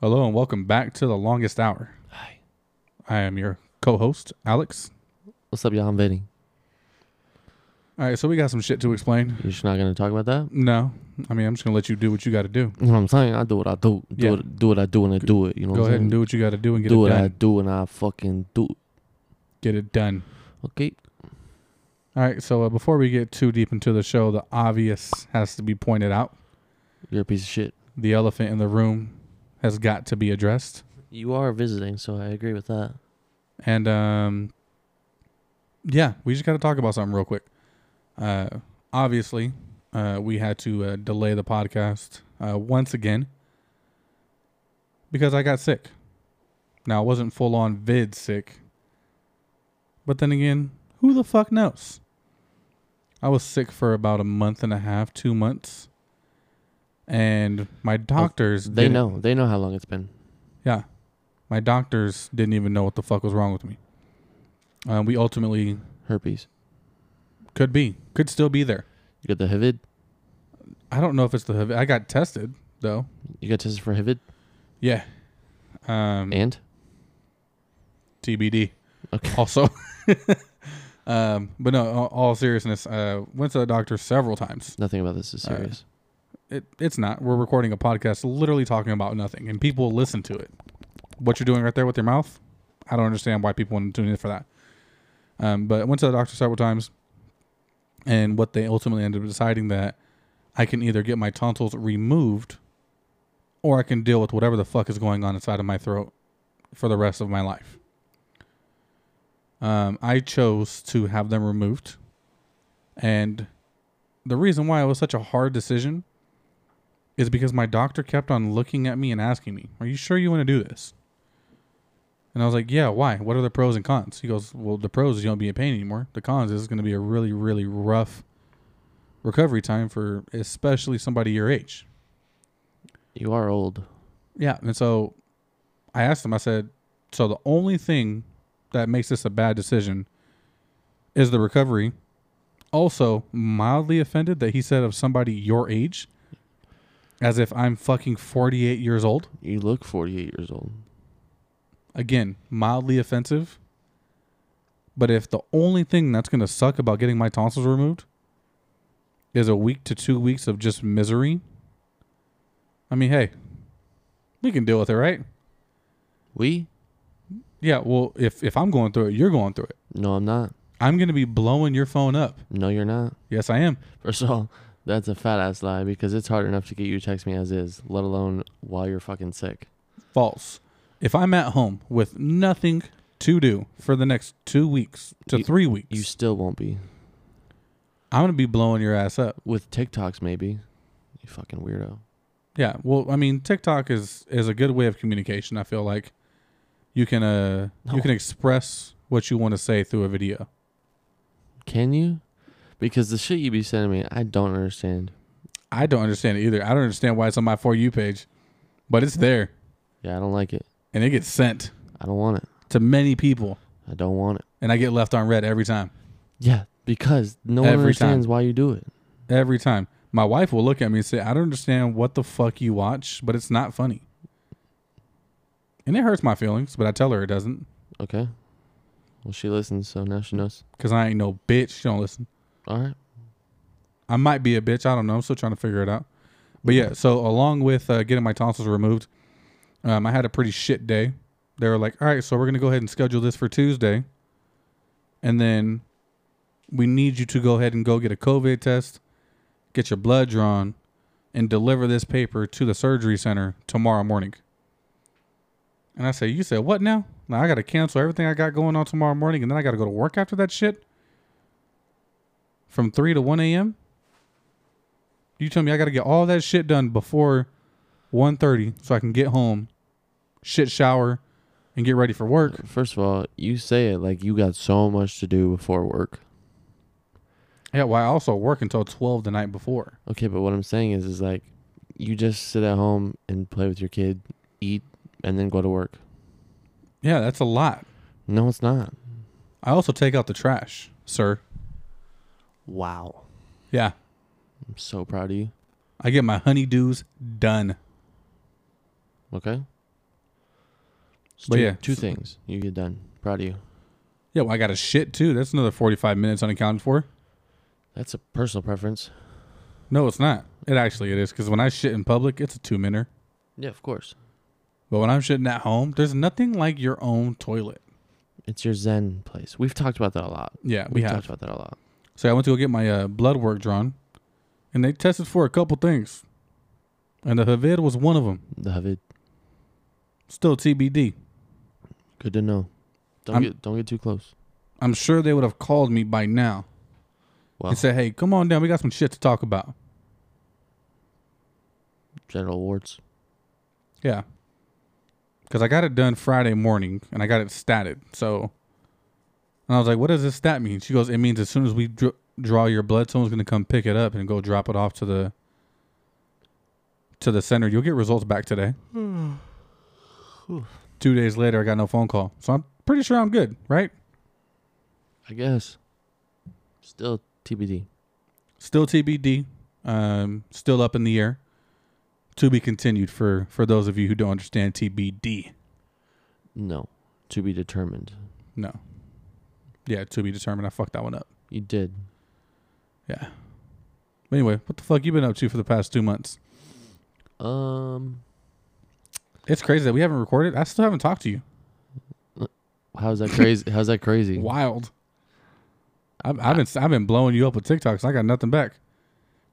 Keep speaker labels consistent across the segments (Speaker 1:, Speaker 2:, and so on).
Speaker 1: Hello and welcome back to the longest hour.
Speaker 2: Hi.
Speaker 1: I am your co-host Alex.
Speaker 2: What's up, y'all? I'm Vinny.
Speaker 1: All right, so we got some shit to explain.
Speaker 2: You're just not gonna talk about that?
Speaker 1: No, I mean I'm just gonna let you do what you got to do.
Speaker 2: You know what I'm saying? I do what I do. Do,
Speaker 1: Yeah.
Speaker 2: what, do what I do and I do it. You know
Speaker 1: Go
Speaker 2: what I'm
Speaker 1: ahead
Speaker 2: saying?
Speaker 1: and do what you got to do and get
Speaker 2: do
Speaker 1: it
Speaker 2: what
Speaker 1: done.
Speaker 2: I do and I fucking do it.
Speaker 1: Get it done.
Speaker 2: Okay.
Speaker 1: All right, so uh, before we get too deep into the show, the obvious has to be pointed out.
Speaker 2: You're a piece of shit.
Speaker 1: The elephant in the room has got to be addressed,
Speaker 2: You are visiting, so I agree with that.
Speaker 1: and um, yeah, we just got to talk about something real quick. Uh, obviously, uh, we had to uh, delay the podcast uh, once again because I got sick. Now, I wasn't full on vid sick, but then again, who the fuck knows? I was sick for about a month and a half, two months, and my doctors
Speaker 2: They
Speaker 1: didn't-
Speaker 2: know. They know how long it's been.
Speaker 1: yeah. My doctors didn't even know what the fuck was wrong with me. Um, we ultimately
Speaker 2: Herpes.
Speaker 1: could be, could still be there.
Speaker 2: You got the Hivid.
Speaker 1: I don't know if it's the. HIV I got tested though.
Speaker 2: You got tested for Hivid
Speaker 1: Yeah. Um,
Speaker 2: and
Speaker 1: TBD.
Speaker 2: Okay.
Speaker 1: Also. um, but no, all, all seriousness, uh, went to the doctor several times.
Speaker 2: nothing about this is
Speaker 1: Uh,
Speaker 2: serious.
Speaker 1: It, it's not. We're recording a podcast, literally talking about nothing, and people listen to it. What you're doing right there with your mouth, I don't understand why people want to tune in for that. Um, but I went to the doctor several times, and what they ultimately ended up deciding that I can either get my tonsils removed, or I can deal with whatever the fuck is going on inside of my throat for the rest of my life. Um, I chose to have them removed, and the reason why it was such a hard decision is because my doctor kept on looking at me and asking me, "Are you sure you want to do this?" And I was like, "Yeah, why? What are the pros and cons?" He goes, "Well, the pros is you don't be in pain anymore. The cons is it's going to be a really, really rough recovery time for especially somebody your age."
Speaker 2: you are old.
Speaker 1: Yeah, and so I asked him. I said, "So the only thing that makes this a bad decision is the recovery." Also, mildly offended that he said of somebody your age, as if I'm fucking 48 years old.
Speaker 2: You look 48 years old.
Speaker 1: again, mildly offensive. But if the only thing that's going to suck about getting my tonsils removed is a week to two weeks of just misery, I mean, hey, we can deal with it, right?
Speaker 2: We?
Speaker 1: Yeah. Well, if if I'm going through it, you're going through it.
Speaker 2: No, I'm not.
Speaker 1: I'm going to be blowing your phone up.
Speaker 2: No, you're not.
Speaker 1: Yes, I am.
Speaker 2: First of all, that's a fat ass lie because it's hard enough to get you to text me as is, let alone while you're fucking sick.
Speaker 1: False. If I'm at home with nothing to do for the next two weeks to
Speaker 2: You-
Speaker 1: three weeks,
Speaker 2: You still won't be.
Speaker 1: I'm going to be blowing your ass up.
Speaker 2: With TikToks, maybe. You fucking weirdo.
Speaker 1: Yeah, well, I mean, TikTok is is a good way of communication. I feel like you can uh you
Speaker 2: No.
Speaker 1: can express what you want to say through a video.
Speaker 2: Can you? Because the shit you be sending me, I don't understand.
Speaker 1: I don't understand it either. I don't understand why it's on my for you page, but it's there
Speaker 2: Yeah, I don't like it.
Speaker 1: and it gets sent
Speaker 2: I don't want it.
Speaker 1: to many people,
Speaker 2: I don't want it.
Speaker 1: and I get left on red every time.
Speaker 2: Yeah, because no one
Speaker 1: Every
Speaker 2: understands why you do it.
Speaker 1: Every time, my wife will look at me and say, "I don't understand what the fuck you watch, but it's not funny," and it hurts my feelings. But I tell her it doesn't
Speaker 2: Okay. Well, she listens, so now she knows.
Speaker 1: because I ain't no bitch. She don't listen.
Speaker 2: All right.
Speaker 1: I might be a bitch. I don't know. I'm still trying to figure it out. But yeah, so along with uh, getting my tonsils removed, um, I had a pretty shit day. They were like, all right, so we're going to go ahead and schedule this for Tuesday. And then we need you to go ahead and go get a COVID test, get your blood drawn, and deliver this paper to the surgery center tomorrow morning. And I say, you said what now? Now I got to cancel everything I got going on tomorrow morning, and then I got to go to work after that shit from 3 to 1 a.m.? You tell me I got to get all that shit done before 1.30 so I can get home, shit shower, and get ready for work.
Speaker 2: First of all, you say it like you got so much to do before work.
Speaker 1: Yeah, well, I also work until 12 the night before.
Speaker 2: Okay, but what I'm saying is, is like, you just sit at home and play with your kid, eat, and then go to work.
Speaker 1: Yeah, that's a lot.
Speaker 2: No, it's not.
Speaker 1: I also take out the trash, sir.
Speaker 2: Wow.
Speaker 1: Yeah,
Speaker 2: I'm so proud of you.
Speaker 1: I get my honeydews done.
Speaker 2: Okay. It's
Speaker 1: But
Speaker 2: two,
Speaker 1: yeah.
Speaker 2: two things you get done. Proud of you.
Speaker 1: Yeah, well, I got a shit too. That's another 45 minutes unaccounted for.
Speaker 2: That's a personal preference.
Speaker 1: No, it's not. It actually it is because when I shit in public, it's a two minute.
Speaker 2: Yeah, of course.
Speaker 1: But when I'm shitting at home, there's nothing like your own toilet.
Speaker 2: It's your Zen place. We've talked about that a lot.
Speaker 1: Yeah, Uh, we
Speaker 2: We've
Speaker 1: have.
Speaker 2: talked about that a lot.
Speaker 1: So I went to go get my uh, blood work drawn, and they tested for a couple things, and the Havid was one of them.
Speaker 2: The Havid.
Speaker 1: Still TBD.
Speaker 2: Good to know. Don't
Speaker 1: I'm-
Speaker 2: get don't get too close.
Speaker 1: I'm sure they would have called me by now
Speaker 2: Well,
Speaker 1: and said, "Hey, come on down. We got some shit to talk about."
Speaker 2: genital warts.
Speaker 1: Yeah. Because I got it done Friday morning and I got it statted. So, and I was like, what does this stat mean? She goes, it means as soon as we dr- draw your blood, someone's going to come pick it up and go drop it off to the to the center. You'll get results back today. Two days later, I got no phone call. So I'm pretty sure I'm good, right?
Speaker 2: I guess. Still TBD.
Speaker 1: Still TBD. Um, still up in the air. To be continued for for those of you who don't understand TBD.
Speaker 2: No. To be determined.
Speaker 1: No. Yeah, to be determined. I fucked that one up.
Speaker 2: You did.
Speaker 1: Yeah. But anyway, what the fuck you been up to for the past two months?
Speaker 2: Um.
Speaker 1: It's crazy that we haven't recorded. I still haven't talked to you.
Speaker 2: How's that crazy? How's that crazy?
Speaker 1: Wild. I've, I've been I've been blowing you up with TikToks. I got nothing back.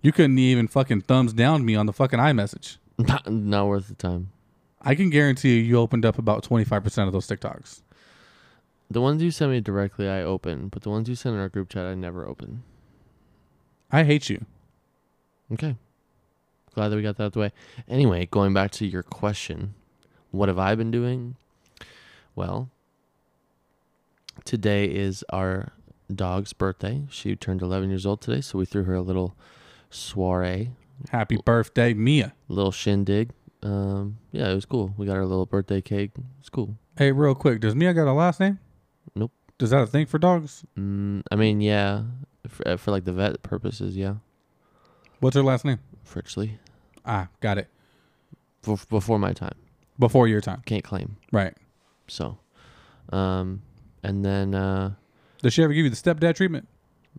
Speaker 1: You couldn't even fucking thumbs down me on the fucking iMessage.
Speaker 2: Not, not worth the time.
Speaker 1: I can guarantee you, you opened up about twenty five percent of those TikToks.
Speaker 2: The ones you send me directly, I open, but the ones you send in our group chat, I never open.
Speaker 1: I hate you.
Speaker 2: Okay. Glad that we got that out of the way. Anyway, going back to your question, what have I been doing? Well, today is our dog's birthday. She turned 11 years old today, so we threw her a little soiree,
Speaker 1: Happy birthday, Mia.
Speaker 2: little shindig. Um, yeah, it was cool. We got her a little birthday cake. It's cool.
Speaker 1: Hey, real quick, does Mia got a last name?
Speaker 2: Nope.
Speaker 1: Is that a thing for dogs?
Speaker 2: Mm, I mean, yeah, for, uh, for like the vet purposes, yeah.
Speaker 1: What's her last name?
Speaker 2: Fritchley.
Speaker 1: Ah, got it.
Speaker 2: Bef- Before my time.
Speaker 1: Before your time,
Speaker 2: Can't claim.
Speaker 1: right?
Speaker 2: So, um, and then, uh,
Speaker 1: Does she ever give you the stepdad treatment?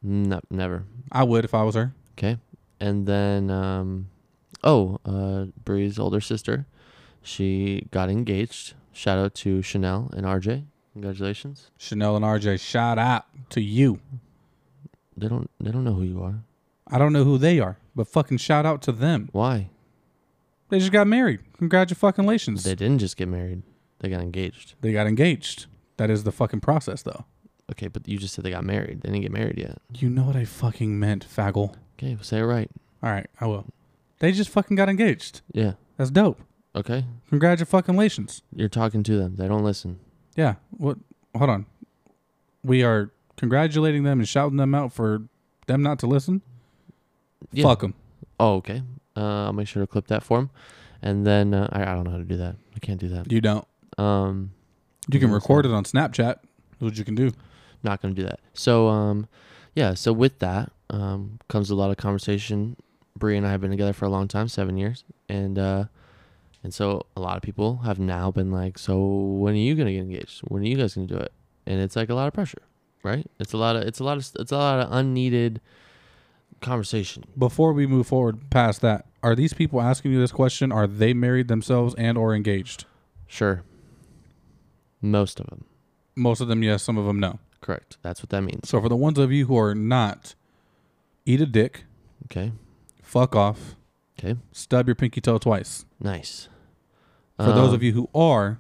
Speaker 2: No, never.
Speaker 1: I would if I was her.
Speaker 2: Okay. And then, um, oh, uh, Bree's older sister, she got engaged. Shout out to Chanel and RJ. Congratulations.
Speaker 1: Chanel and RJ, shout out to you.
Speaker 2: They don't. They don't know who you are.
Speaker 1: I don't know who they are, but fucking shout out to them.
Speaker 2: Why?
Speaker 1: They just got married. Congratulations.
Speaker 2: They
Speaker 1: They,
Speaker 2: didn't just get married. They got engaged.
Speaker 1: got engaged. That is the fucking process, though.
Speaker 2: Okay, but you just said they got married. They didn't get married yet.
Speaker 1: You know what I fucking meant, faggle.
Speaker 2: Okay, say it right.
Speaker 1: All right, I will. They just fucking got engaged.
Speaker 2: Yeah.
Speaker 1: That's dope.
Speaker 2: Okay.
Speaker 1: Congratulations.
Speaker 2: You're talking to them. They don't listen.
Speaker 1: Yeah. What? Hold on. We are congratulating them and shouting them out for them not to listen.
Speaker 2: Yeah.
Speaker 1: Fuck them.
Speaker 2: Oh, okay. Uh, I'll make sure to clip that for them. And then uh, I, I don't know how to do that. I can't do that.
Speaker 1: You don't.
Speaker 2: Um,
Speaker 1: You can
Speaker 2: Mhm.
Speaker 1: record it on Snapchat. That's what you can do.
Speaker 2: not going to do that. So, um, yeah. So with that um, comes a lot of conversation. Bree and I have been together for a long time, seven years, and uh, and so a lot of people have now been like, "So when are you going to get engaged? When are you guys going to do it?" And it's like a lot of pressure, right? It's a lot of it's a lot of it's a lot of unneeded conversation.
Speaker 1: before we move forward past that, are these people asking you this question? Are they married themselves and or engaged?
Speaker 2: Sure. Most of them,
Speaker 1: Most of them, yes. Some of them, no.
Speaker 2: correct. That's what that means.
Speaker 1: So for the ones of you who are not, eat a dick,
Speaker 2: Okay.
Speaker 1: fuck off,
Speaker 2: Okay.
Speaker 1: stub your pinky toe twice.
Speaker 2: Nice. Um,
Speaker 1: For
Speaker 2: Uh-huh.
Speaker 1: those of you who are,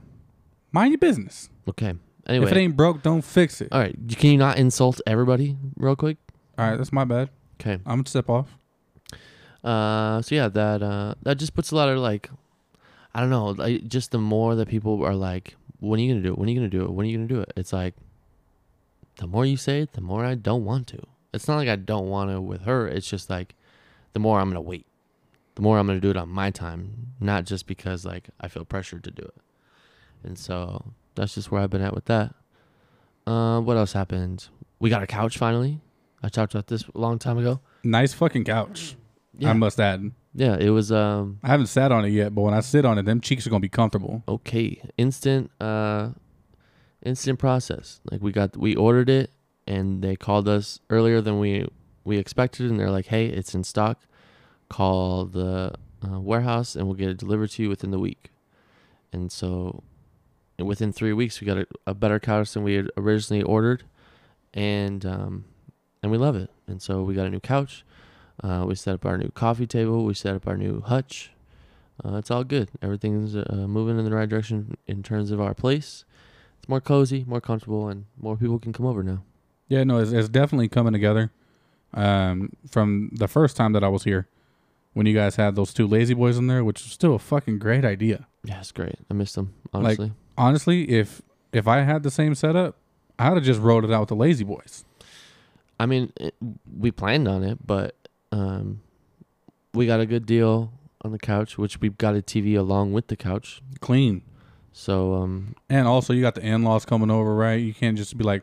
Speaker 1: mind your business.
Speaker 2: okay. Anyway, Uh,
Speaker 1: If it ain't broke, don't fix it.
Speaker 2: all right. Can you not insult everybody real quick?
Speaker 1: All right, that's my bad.
Speaker 2: Okay.
Speaker 1: I'm gonna step off.
Speaker 2: Uh, so yeah, that uh, that just puts a lot of like, I don't know, like just the more that people are like, when are you gonna do it? When are you gonna do it? When are you gonna do it? It's like, the more you say it, the more I don't want to. It's not like I don't want to with her. It's just like, the more I'm gonna wait, the more I'm gonna do it on my time, not just because like I feel pressured to do it. And so that's just where I've been at with that. Uh, what else happened? We got a couch finally. I talked about this a long time ago.
Speaker 1: Nice fucking couch. I must add.
Speaker 2: Yeah, it was um
Speaker 1: I haven't sat on it yet, but when I sit on it, them cheeks are gonna be comfortable.
Speaker 2: okay. Instant uh instant process. Like we got we ordered it and they called us earlier than we we expected and they're like, "Hey, it's in stock. Call the uh, warehouse and we'll get it delivered to you within the week." And so within 3 weeks we got a, a better couch than we had originally ordered and um and we love it. And so we got a new couch. Uh, we set up our new coffee table. We set up our new hutch. Uh, it's all good. Everything's uh, moving in the right direction in terms of our place. It's more cozy, more comfortable, and more people can come over now.
Speaker 1: Yeah, no, it's, it's definitely coming together. Um, from the first time that I was here, when you guys had those two lazy boys in there, which was still a fucking great idea.
Speaker 2: Yeah, it's great. I miss them
Speaker 1: Like-
Speaker 2: honestly.
Speaker 1: Honestly, if if I had the same setup, I'd have just rolled it out with the lazy boys.
Speaker 2: I mean, it, we planned on it, but um, we got a good deal on the couch, which we've got a TV along with the couch.
Speaker 1: Clean.
Speaker 2: So um,
Speaker 1: And also, you got the in laws coming over, right? You can't just be like,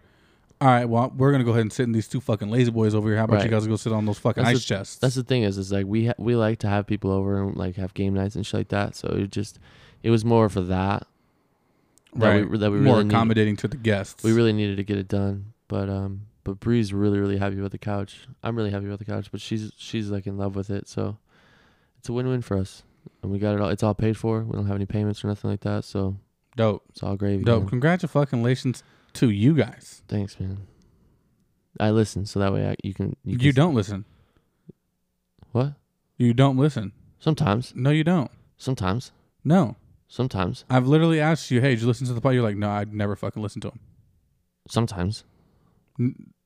Speaker 1: all right, well, we're going to go ahead and sit in these two fucking lazy boys over here. How about you
Speaker 2: Right.
Speaker 1: guys go sit on those fucking
Speaker 2: That's
Speaker 1: ice chests?
Speaker 2: That's the thing is, is like we ha- we like to have people over and like have game nights and shit like that. So it just it was more for that that
Speaker 1: right.
Speaker 2: we, that we
Speaker 1: More
Speaker 2: really needed,
Speaker 1: accommodating to the guests.
Speaker 2: we really needed to get it done. But um, but Bree's really really happy with the couch. I'm really happy with the couch, but she's she's like in love with it. So it's a win win for us, and we got it all. It's all paid for. We don't have any payments or nothing like that. So
Speaker 1: Dope.
Speaker 2: it's all gravy.
Speaker 1: Dope.
Speaker 2: man.
Speaker 1: Congratulations to you guys.
Speaker 2: Thanks, man. I listen, so that way I, you can
Speaker 1: You,
Speaker 2: can s-
Speaker 1: don't listen.
Speaker 2: what
Speaker 1: You don't listen.
Speaker 2: sometimes
Speaker 1: No, you don't.
Speaker 2: sometimes
Speaker 1: No.
Speaker 2: sometimes
Speaker 1: I've literally asked you, hey, did you listen to the pod? You're like, no, I'd never fucking listen to them.
Speaker 2: sometimes.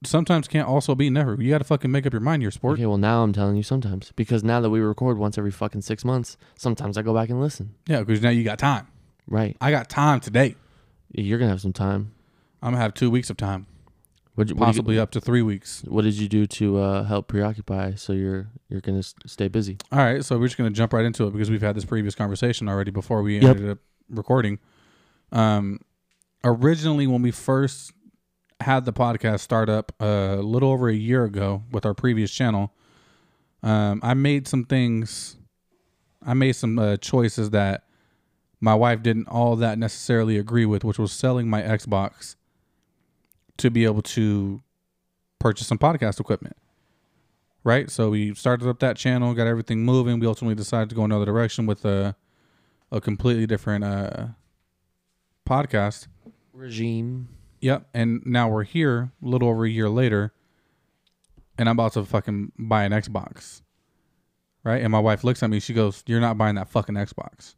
Speaker 1: Sometimes can't also be never. You got to fucking make up your mind. You're a sport.
Speaker 2: Okay, well now I'm telling you sometimes because now that we record once every fucking six months, sometimes I go back and listen.
Speaker 1: Yeah, because now you got time.
Speaker 2: Right,
Speaker 1: I got time today.
Speaker 2: you're gonna have some time.
Speaker 1: I'm going to have two weeks of time,
Speaker 2: What'd you- What, did you-
Speaker 1: possibly up to three weeks.
Speaker 2: what did you do to uh, help preoccupy so you're you're gonna s- stay busy?
Speaker 1: All right, so we're just going to jump right into it because we've had this previous conversation already before we
Speaker 2: Yep.
Speaker 1: ended up recording. Um, originally, when we first had the podcast start up uh, a little over a year ago with our previous channel, um, I made some things. I made some uh, choices that my wife didn't all that necessarily agree with, which was selling my Xbox to be able to purchase some podcast equipment right? So we started up that channel, got everything moving. We ultimately decided to go another direction with a a completely different uh, podcast.
Speaker 2: Regime.
Speaker 1: Yep, and now we're here, a little over a year later, and I'm about to fucking buy an Xbox, right? And my wife looks at me, she goes, "You're not buying that fucking Xbox."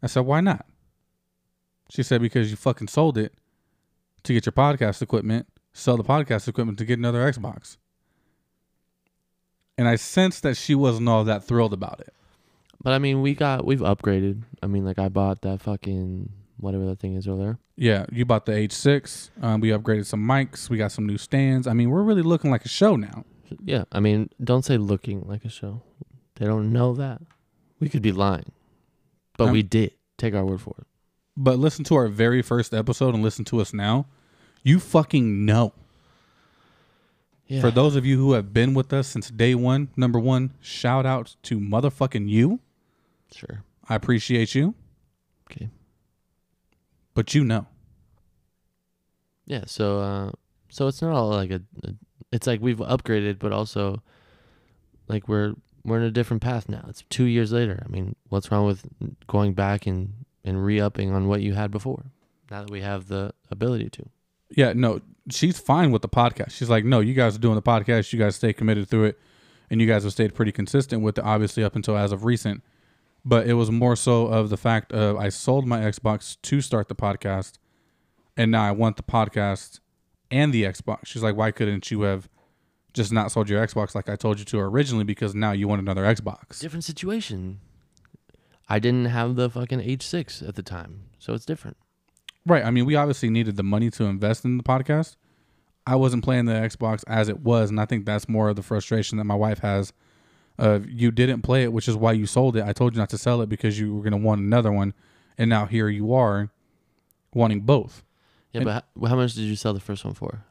Speaker 1: I said, "Why not?" She said, "Because you fucking sold it to get your podcast equipment, sell the podcast equipment to get another Xbox." And I sensed that she wasn't all that thrilled about it.
Speaker 2: But I mean, we got we've upgraded. I mean, like I bought that fucking whatever that thing is over there.
Speaker 1: Yeah, you bought the H6. Um, we upgraded some mics. We got some new stands. I mean, we're really looking like a show now.
Speaker 2: Yeah, I mean, don't say looking like a show. They don't know that. We could be lying, but
Speaker 1: I'm-
Speaker 2: we did. Take our word for it.
Speaker 1: but listen to our very first episode and listen to us now, you fucking know.
Speaker 2: Yeah.
Speaker 1: For those of you who have been with us since day one, number one, shout out to motherfucking you.
Speaker 2: sure.
Speaker 1: I appreciate you,
Speaker 2: Okay.
Speaker 1: but you know.
Speaker 2: Yeah, so uh so it's not all like a, a- it's like we've upgraded but also like we're we're in a different path now. It's 2 years later. I mean, what's wrong with going back and and re-upping on what you had before? Now that we have the ability to.
Speaker 1: Yeah, no, she's fine with the podcast. She's like, no, you guys are doing the podcast. You guys stay committed through it, and you guys have stayed pretty consistent with it, obviously up until as of recent. But it was more so of the fact of I sold my Xbox to start the podcast, and now I want the podcast and the Xbox. She's like, why couldn't you have just not sold your Xbox like I told you to originally? Because now you want another Xbox.
Speaker 2: Different situation. I didn't have the fucking H6 at the time. So it's different.
Speaker 1: Right. I mean, we obviously needed the money to invest in the podcast. I wasn't playing the Xbox as it was, and I think that's more of the frustration that my wife has. Of you didn't play it, which is why you sold it. I told you not to sell it because you were going to want another one, and now here you are, wanting both.
Speaker 2: Yeah,
Speaker 1: And-
Speaker 2: but how, how much did you sell the first one for?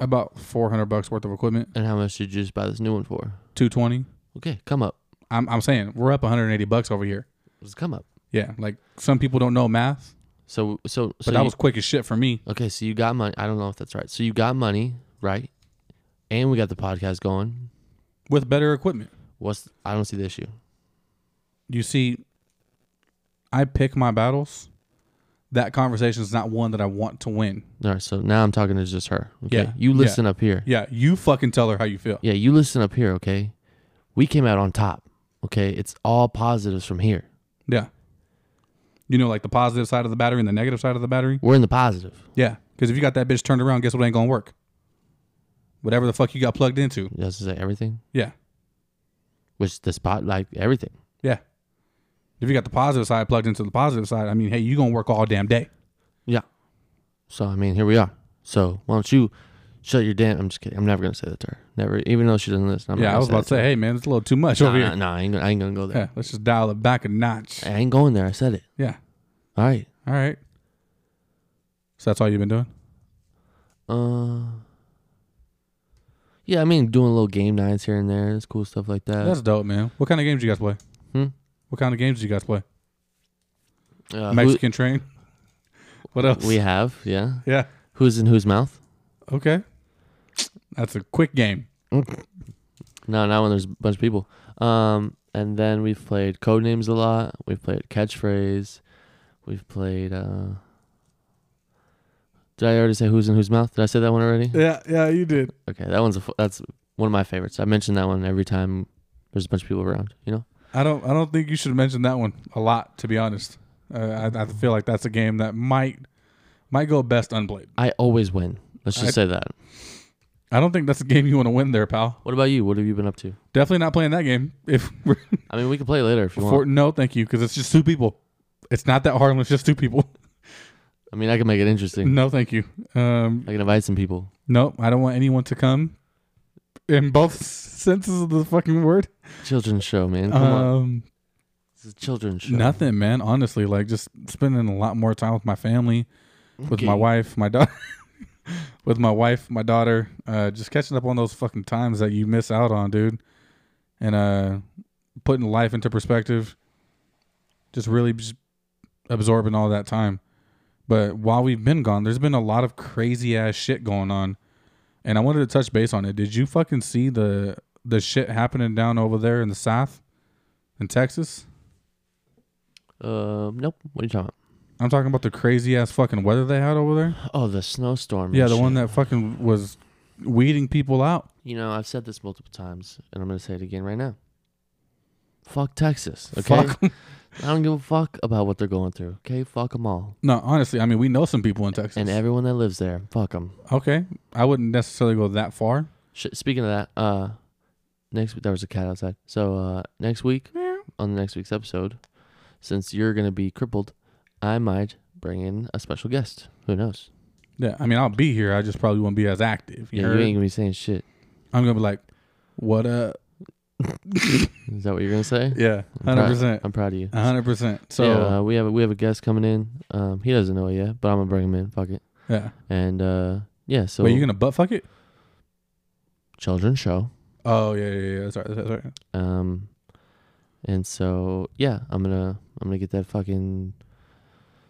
Speaker 1: About four hundred bucks worth of equipment,
Speaker 2: And how much did you just buy this new one for?
Speaker 1: two twenty.
Speaker 2: Okay, come up.
Speaker 1: I'm, I'm saying we're up 180 bucks over here.
Speaker 2: It's come up.
Speaker 1: Yeah, like some people don't know math,
Speaker 2: So so
Speaker 1: but
Speaker 2: so
Speaker 1: that
Speaker 2: you-
Speaker 1: was quick as shit for me.
Speaker 2: okay. So you got money. I don't know if that's right. So you got money, right? And we got the podcast going.
Speaker 1: With better equipment,
Speaker 2: What's I don't see the issue.
Speaker 1: you see, I pick my battles. That conversation is not one that I want to win.
Speaker 2: All right. So now I'm talking to just her. Okay.
Speaker 1: Yeah,
Speaker 2: You
Speaker 1: yeah.
Speaker 2: listen up here.
Speaker 1: Yeah, you fucking tell her how you feel.
Speaker 2: Yeah, you listen up here, okay? We came out on top, okay? It's all positives from here.
Speaker 1: Yeah. You know, like the positive side of the battery and the negative side of the battery.
Speaker 2: We're in the positive.
Speaker 1: Yeah, because if you got that bitch turned around, guess what ain't gonna work. Whatever the fuck you got plugged into.
Speaker 2: That's to say everything,
Speaker 1: Yeah,
Speaker 2: which the spot, like everything.
Speaker 1: yeah. If you got the positive side plugged into the positive side, I mean, hey, you gonna work all damn day.
Speaker 2: Yeah. So, I mean, here we are. So, why don't you shut your damn? I'm just kidding. I'm never going to say that to her. Never, even though she doesn't listen. I'm
Speaker 1: yeah, I was about to
Speaker 2: gonna
Speaker 1: say, hey man, it's a little too much over
Speaker 2: that
Speaker 1: here.
Speaker 2: to her. Nah, nah, nah, I ain't, gonna- I ain't going to go
Speaker 1: Yeah,
Speaker 2: there.
Speaker 1: let's just dial it back a notch.
Speaker 2: I ain't going there. I said it.
Speaker 1: Yeah.
Speaker 2: All right.
Speaker 1: All right. So that's all you've been doing?
Speaker 2: Uh, yeah, I mean, doing little game nights here and there. It's cool stuff like that.
Speaker 1: That's dope, man. What kind of games you guys play?
Speaker 2: Uh, Hmm?
Speaker 1: What kind of games do you guys play?
Speaker 2: Uh, who-
Speaker 1: Mexican train? What else?
Speaker 2: we have, yeah.
Speaker 1: yeah.
Speaker 2: Who's in whose mouth?
Speaker 1: Okay. That's a quick game.
Speaker 2: No, not when there's a bunch of people. Um, and then we've played code names a lot. We've played catchphrase. We've played. Uh, did I already say who's in whose mouth? Did I say that one already?
Speaker 1: Yeah, yeah, you did.
Speaker 2: Okay, that one's a, fu- that's one of my favorites. I mention that one every time there's a bunch of people around. You know,
Speaker 1: I don't. I don't think you should mention that one a lot. To be honest, uh, I, I feel like that's a game that might might go best unplayed.
Speaker 2: I always win. Let's just
Speaker 1: I-
Speaker 2: say that.
Speaker 1: I don't think that's a game you want to win there, pal.
Speaker 2: What about you? What have you been up to?
Speaker 1: Definitely not playing that game. If we're
Speaker 2: I mean, we can play later if you
Speaker 1: for,
Speaker 2: want.
Speaker 1: no, thank you, because it's just two people. It's not that hard. It's just two people.
Speaker 2: I mean, I can make it interesting.
Speaker 1: No, thank you. Um,
Speaker 2: I can invite some people.
Speaker 1: nope. I don't want anyone to come. In both senses of the fucking word.
Speaker 2: Children's show, man. Come on,
Speaker 1: Um,
Speaker 2: it's a children's show.
Speaker 1: nothing, man. Honestly, like just spending a lot more time with my family. with my
Speaker 2: Okay.
Speaker 1: wife, my daughter, with my wife, my daughter, uh, just catching up on those fucking times that you miss out on, dude, and uh, putting life into perspective. Just really just absorbing all that time. But while we've been gone, there's been a lot of crazy ass shit going on, and I wanted to touch base on it. Did you fucking see the the shit happening down over there in the south, in Texas?
Speaker 2: Uh, nope. What are you talking about?
Speaker 1: I'm talking about the crazy ass fucking weather they had over there.
Speaker 2: Oh, the snowstorm.
Speaker 1: Yeah,
Speaker 2: and
Speaker 1: the
Speaker 2: shit.
Speaker 1: one that fucking was weeding people out.
Speaker 2: You know, I've said this multiple times, and I'm going to say it again right now. Fuck Texas. Okay.
Speaker 1: Fuck.
Speaker 2: I don't give a fuck about what they're going through. Okay. Fuck them all.
Speaker 1: No, honestly, I mean, we know some people in Texas.
Speaker 2: And everyone that lives there. Fuck them.
Speaker 1: okay, I wouldn't necessarily go that far.
Speaker 2: Sh- speaking of that, uh, next week, there was a cat outside. So, uh, next week, on the next week's episode, since you're going to be crippled, I might bring in a special guest. Who knows?
Speaker 1: Yeah, I mean, I'll be here. I just probably won't be as active. You
Speaker 2: Yeah,
Speaker 1: heard?
Speaker 2: you ain't going to be saying shit.
Speaker 1: I'm gonna be like, what up?
Speaker 2: Is that what you're going to say?
Speaker 1: Yeah,
Speaker 2: I'm
Speaker 1: hundred
Speaker 2: proud-
Speaker 1: percent,
Speaker 2: I'm proud of you.
Speaker 1: hundred percent. So
Speaker 2: yeah,
Speaker 1: yeah,
Speaker 2: uh, we have a, we have a guest coming in. Um, he doesn't know it yet, but I'm gonna bring him in. Fuck it. And uh, yeah, so
Speaker 1: wait, you gonna butt fuck it?
Speaker 2: children's show.
Speaker 1: Oh yeah, yeah, yeah. That's right, that's right.
Speaker 2: Um, and so yeah, I'm gonna I'm gonna get that fucking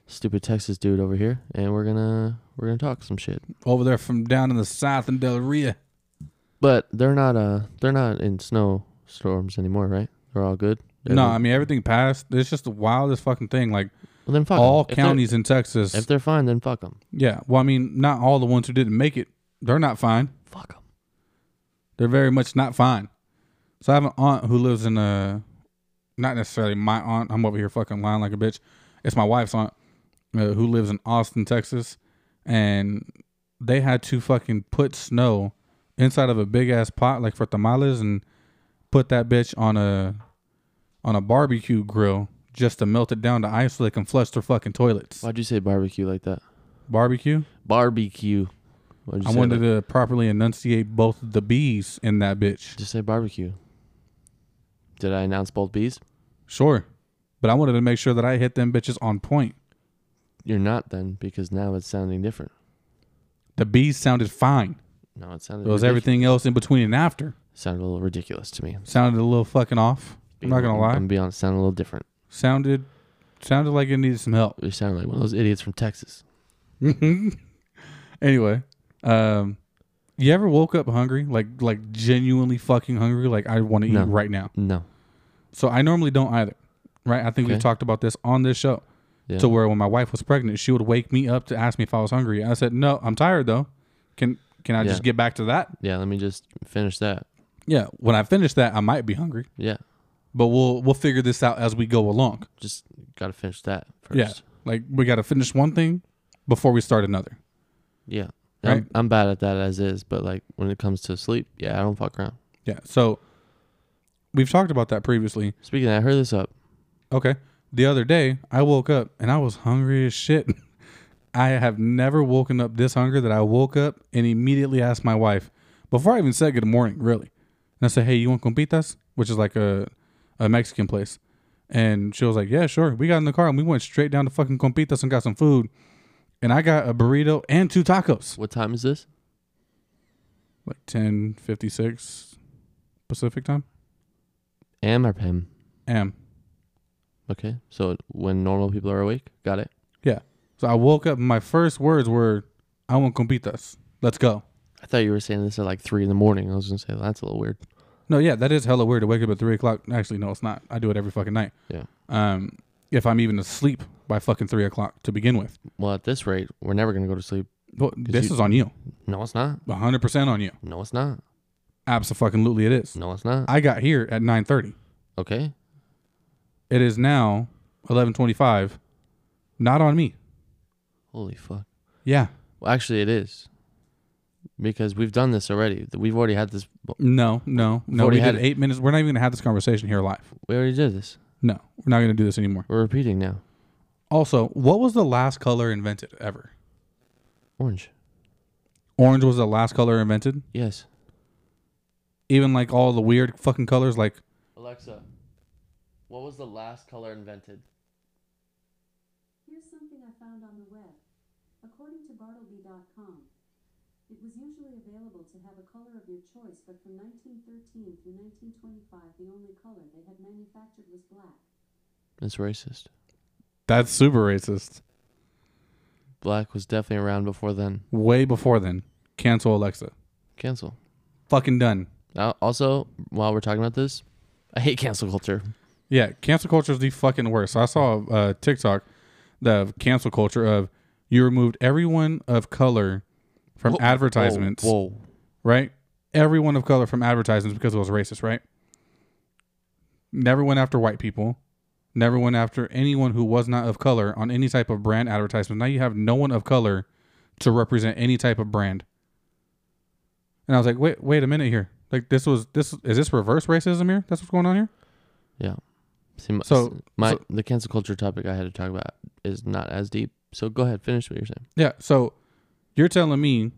Speaker 2: stupid Texas dude over here, and we're gonna we're gonna talk some shit.
Speaker 1: Over there from down in the south in Del Rio.
Speaker 2: But they're not uh they're not in snowstorms anymore, right? They're all good. They're
Speaker 1: No,
Speaker 2: good.
Speaker 1: I mean everything passed. It's just the wildest fucking thing. Like
Speaker 2: well, then fuck 'em.
Speaker 1: all
Speaker 2: If they're-
Speaker 1: counties in Texas.
Speaker 2: If they're fine, then fuck them.
Speaker 1: yeah. Well, I mean, not all the ones who didn't make it. They're not fine.
Speaker 2: Fuck them.
Speaker 1: they're very much not fine. So I have an aunt who lives in a, not necessarily my aunt. I'm over here fucking lying like a bitch. It's my wife's aunt uh, who lives in Austin, Texas, and they had to fucking put snow inside of a big ass pot like for tamales and put that bitch on a on a barbecue grill just to melt it down to ice so they can flush their fucking toilets.
Speaker 2: Why'd you say barbecue like that?
Speaker 1: barbecue.
Speaker 2: Barbecue. Why'd you
Speaker 1: I
Speaker 2: say
Speaker 1: wanted
Speaker 2: that?
Speaker 1: to properly enunciate both the B's in that bitch.
Speaker 2: Just say barbecue. Did I announce both bees?
Speaker 1: Sure. But I wanted to make sure that I hit them bitches on point.
Speaker 2: You're not then, because now it's sounding different.
Speaker 1: The bees sounded fine.
Speaker 2: No, it sounded.
Speaker 1: It was
Speaker 2: ridic-
Speaker 1: everything else in between and after.
Speaker 2: Sounded a little ridiculous to me.
Speaker 1: Sounded a little fucking off. I'm not gonna lie.
Speaker 2: I'm gonna be honest, sound a little different.
Speaker 1: Sounded sounded like it needed some help.
Speaker 2: You sound like one of those idiots from Texas.
Speaker 1: anyway, um, you ever woke up hungry, like like genuinely fucking hungry, like I want to
Speaker 2: No.
Speaker 1: eat right now?
Speaker 2: No.
Speaker 1: So I normally don't either, right? I think we've
Speaker 2: Okay.
Speaker 1: talked about this on this show.
Speaker 2: Yeah.
Speaker 1: To where when my wife was pregnant, she would wake me up to ask me if I was hungry. I said, "No, I'm tired though. Can can I
Speaker 2: Yeah.
Speaker 1: just get back to that?"
Speaker 2: Yeah, let me just finish that.
Speaker 1: Yeah. When I finish that, I might be hungry,
Speaker 2: Yeah.
Speaker 1: but we'll we'll figure this out as we go along.
Speaker 2: Just gotta finish that first.
Speaker 1: Yeah. Like we got to finish one thing before we start another.
Speaker 2: Yeah.
Speaker 1: Right.
Speaker 2: I'm, I'm bad at that as is, but like when it comes to sleep, yeah, I don't fuck around.
Speaker 1: Yeah. So we've talked about that previously.
Speaker 2: Speaking of that, I heard this up.
Speaker 1: Okay. The other day, I woke up and I was hungry as shit. I have never woken up this hungry that I woke up and immediately asked my wife before I even said good morning, really. And I said, "Hey, you want compitas?" Which is like a a Mexican place. And she was like, "Yeah, sure." We got in the car and we went straight down to fucking compitas and got some food. And I got a burrito and two tacos.
Speaker 2: What time is this?
Speaker 1: Like 10:56 Pacific time.
Speaker 2: Am or Pam?
Speaker 1: Am.
Speaker 2: Okay. So when normal people are awake, got it.
Speaker 1: So I woke up and my first words were, "I want compitas. Let's go."
Speaker 2: I thought you were saying this at like three in the morning. I was gonna say that's a little weird.
Speaker 1: No, yeah, that is hella weird to wake up at three o'clock. Actually, no, it's not. I do it every fucking night.
Speaker 2: Yeah.
Speaker 1: Um, if I'm even asleep by fucking three o'clock to begin with,
Speaker 2: Well, at this rate, we're never gonna go to sleep.
Speaker 1: well, this
Speaker 2: you-
Speaker 1: is on you.
Speaker 2: No, it's not.
Speaker 1: hundred percent on you.
Speaker 2: No, it's not.
Speaker 1: Absolutely, it is.
Speaker 2: No, it's not.
Speaker 1: I got here at nine thirty.
Speaker 2: Okay.
Speaker 1: It is now eleven twenty-five. Not on me.
Speaker 2: Holy fuck.
Speaker 1: Yeah.
Speaker 2: Well, actually, it is because we've done this already. We've already had this.
Speaker 1: No, no, no.
Speaker 2: already
Speaker 1: We
Speaker 2: had
Speaker 1: did
Speaker 2: it.
Speaker 1: eight minutes. We're not even gonna have this conversation here live.
Speaker 2: We already did this.
Speaker 1: No, we're not gonna do this anymore.
Speaker 2: We're repeating now.
Speaker 1: Also, what was the last color invented ever?
Speaker 2: Orange.
Speaker 1: Orange was the last color invented.
Speaker 2: Yes.
Speaker 1: Even like all the weird fucking colors, like
Speaker 2: Alexa, what was the last color invented?
Speaker 3: Here's something I found on the web. According to Bartleby.com, it was usually available to have a color of your choice, but from 1913 through 1925, the only color they had manufactured was black.
Speaker 2: That's racist.
Speaker 1: that's super racist.
Speaker 2: Black was definitely around before then.
Speaker 1: way before then. Cancel Alexa.
Speaker 2: Cancel.
Speaker 1: Fucking done.
Speaker 2: Now, also, while we're talking about this, I hate cancel culture.
Speaker 1: Yeah, cancel culture is the fucking worst. I saw uh, TikTok, the cancel culture of you removed everyone of color from
Speaker 2: Whoa,
Speaker 1: advertisements,
Speaker 2: Whoa. whoa.
Speaker 1: right? Everyone of color from advertisements because it was racist, right? Never went after white people. Never went after anyone who was not of color on any type of brand advertisement. Now you have no one of color to represent any type of brand. And I was like, wait, wait a minute here. Like this was this is this reverse racism here? That's what's going on here.
Speaker 2: Yeah. See, my,
Speaker 1: So-
Speaker 2: my
Speaker 1: so-
Speaker 2: the cancel culture topic I had to talk about is not as deep. So go ahead, finish what you're saying.
Speaker 1: Yeah. So you're telling me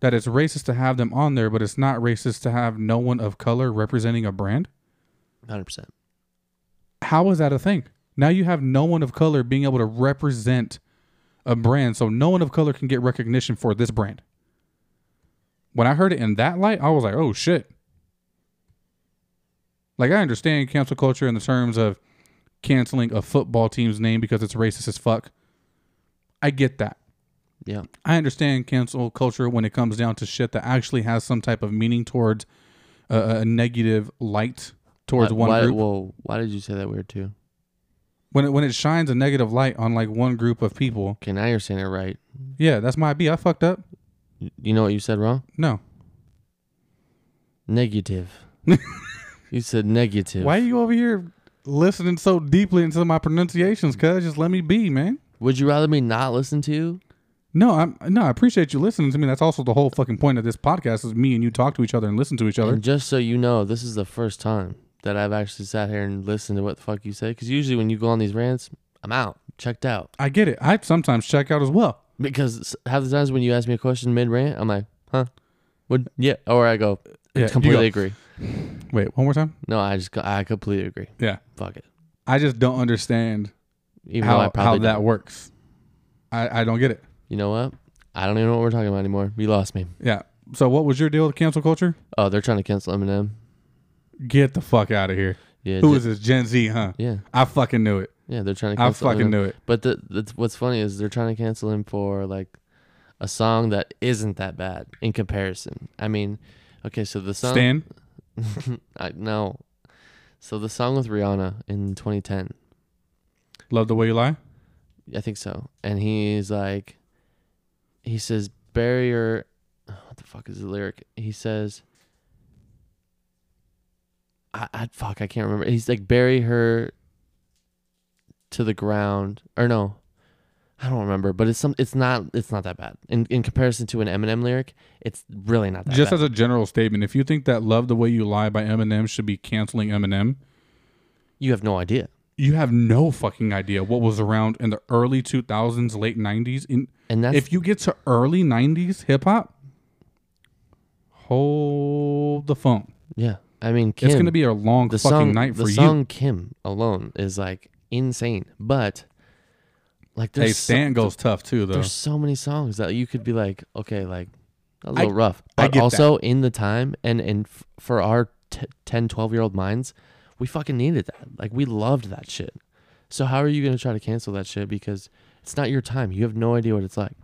Speaker 1: that it's racist to have them on there, but it's not racist to have no one of color representing a brand.
Speaker 2: Hundred percent.
Speaker 1: How is that a thing? Now you have no one of color being able to represent a brand, so no one of color can get recognition for this brand. When I heard it in that light, I was like, "Oh shit!" Like I understand cancel culture in the terms of canceling a football team's name because it's racist as fuck. I get that.
Speaker 2: Yeah.
Speaker 1: I understand cancel culture when it comes down to shit that actually has some type of meaning towards a, a negative light towards
Speaker 2: why,
Speaker 1: one
Speaker 2: why,
Speaker 1: group.
Speaker 2: Whoa. Why did you say that weird too?
Speaker 1: when it, when it shines a negative light on like one group of people,
Speaker 2: Okay, now you're saying it right.
Speaker 1: yeah, that's my B. I fucked up.
Speaker 2: Y- You know what you said wrong?
Speaker 1: No,
Speaker 2: Negative. you said negative.
Speaker 1: why are you over here listening so deeply into my pronunciations? Cause just let me be, man.
Speaker 2: Would you rather me not listen to you?
Speaker 1: No, I'm no. I appreciate you listening to me. That's also the whole fucking point of this podcast is me and you talk to each other and listen to each other.
Speaker 2: And just so you know, this is the first time that I've actually sat here and listened to what the fuck you say. Because usually when you go on these rants, I'm out, checked out.
Speaker 1: I get it. I sometimes check out as well.
Speaker 2: Because s- half the times when you ask me a question mid rant, I'm like, huh? Would yeah? Or I go, I
Speaker 1: Yeah, you
Speaker 2: completely
Speaker 1: go-
Speaker 2: agree.
Speaker 1: Wait, one more time.
Speaker 2: No, I just go, I completely agree.
Speaker 1: Yeah,
Speaker 2: Fuck it.
Speaker 1: I just don't understand
Speaker 2: Even though I
Speaker 1: how, how
Speaker 2: probably
Speaker 1: that
Speaker 2: don't.
Speaker 1: works. I, I don't get it.
Speaker 2: You know what? I don't even know what we're talking about anymore. You lost me.
Speaker 1: Yeah. So what was your deal with cancel culture?
Speaker 2: Oh, they're trying to cancel Eminem.
Speaker 1: Get the fuck out of here.
Speaker 2: Yeah.
Speaker 1: Who
Speaker 2: ju-
Speaker 1: is this? Gen Z, huh?
Speaker 2: Yeah.
Speaker 1: I fucking knew it.
Speaker 2: Yeah. They're trying to.
Speaker 1: I
Speaker 2: Cancel
Speaker 1: fucking
Speaker 2: Eminem.
Speaker 1: knew it.
Speaker 2: But the, that's what's funny is they're trying to cancel him for like a song that isn't that bad in comparison. I mean, okay, so the song.
Speaker 1: Stan,
Speaker 2: I no. So the song with Rihanna in 2010,
Speaker 1: love the way you lie.
Speaker 2: I think so, and he's like, he says barrier. What the fuck is the lyric? He says. I, I fuck I can't remember. He's like bury her to the ground or no, I don't remember. But it's some it's not it's not that bad in in comparison to an Eminem lyric. It's really not that
Speaker 1: Just
Speaker 2: bad.
Speaker 1: as a general statement, if you think that "Love the Way You Lie" by Eminem should be canceling Eminem,
Speaker 2: you have no idea.
Speaker 1: you have no fucking idea what was around in the early 2000s, late 90s. In
Speaker 2: And that's
Speaker 1: if you get to early 90s hip hop, hold the phone.
Speaker 2: yeah. I mean, Kim,
Speaker 1: It's gonna be a long
Speaker 2: the
Speaker 1: fucking
Speaker 2: song,
Speaker 1: night for
Speaker 2: the
Speaker 1: you.
Speaker 2: song Kim alone is like insane. But like there's
Speaker 1: hey,
Speaker 2: so-
Speaker 1: Stan goes tough too, though.
Speaker 2: there's so many songs that you could be like, okay, like that was a
Speaker 1: I-
Speaker 2: little rough.
Speaker 1: I
Speaker 2: But
Speaker 1: get
Speaker 2: also in the time and and f- for our t- 10, 12 year old minds, we fucking needed that. Like we loved that shit. So how are you gonna try to cancel that shit because it's not your time. You have no idea what it's like.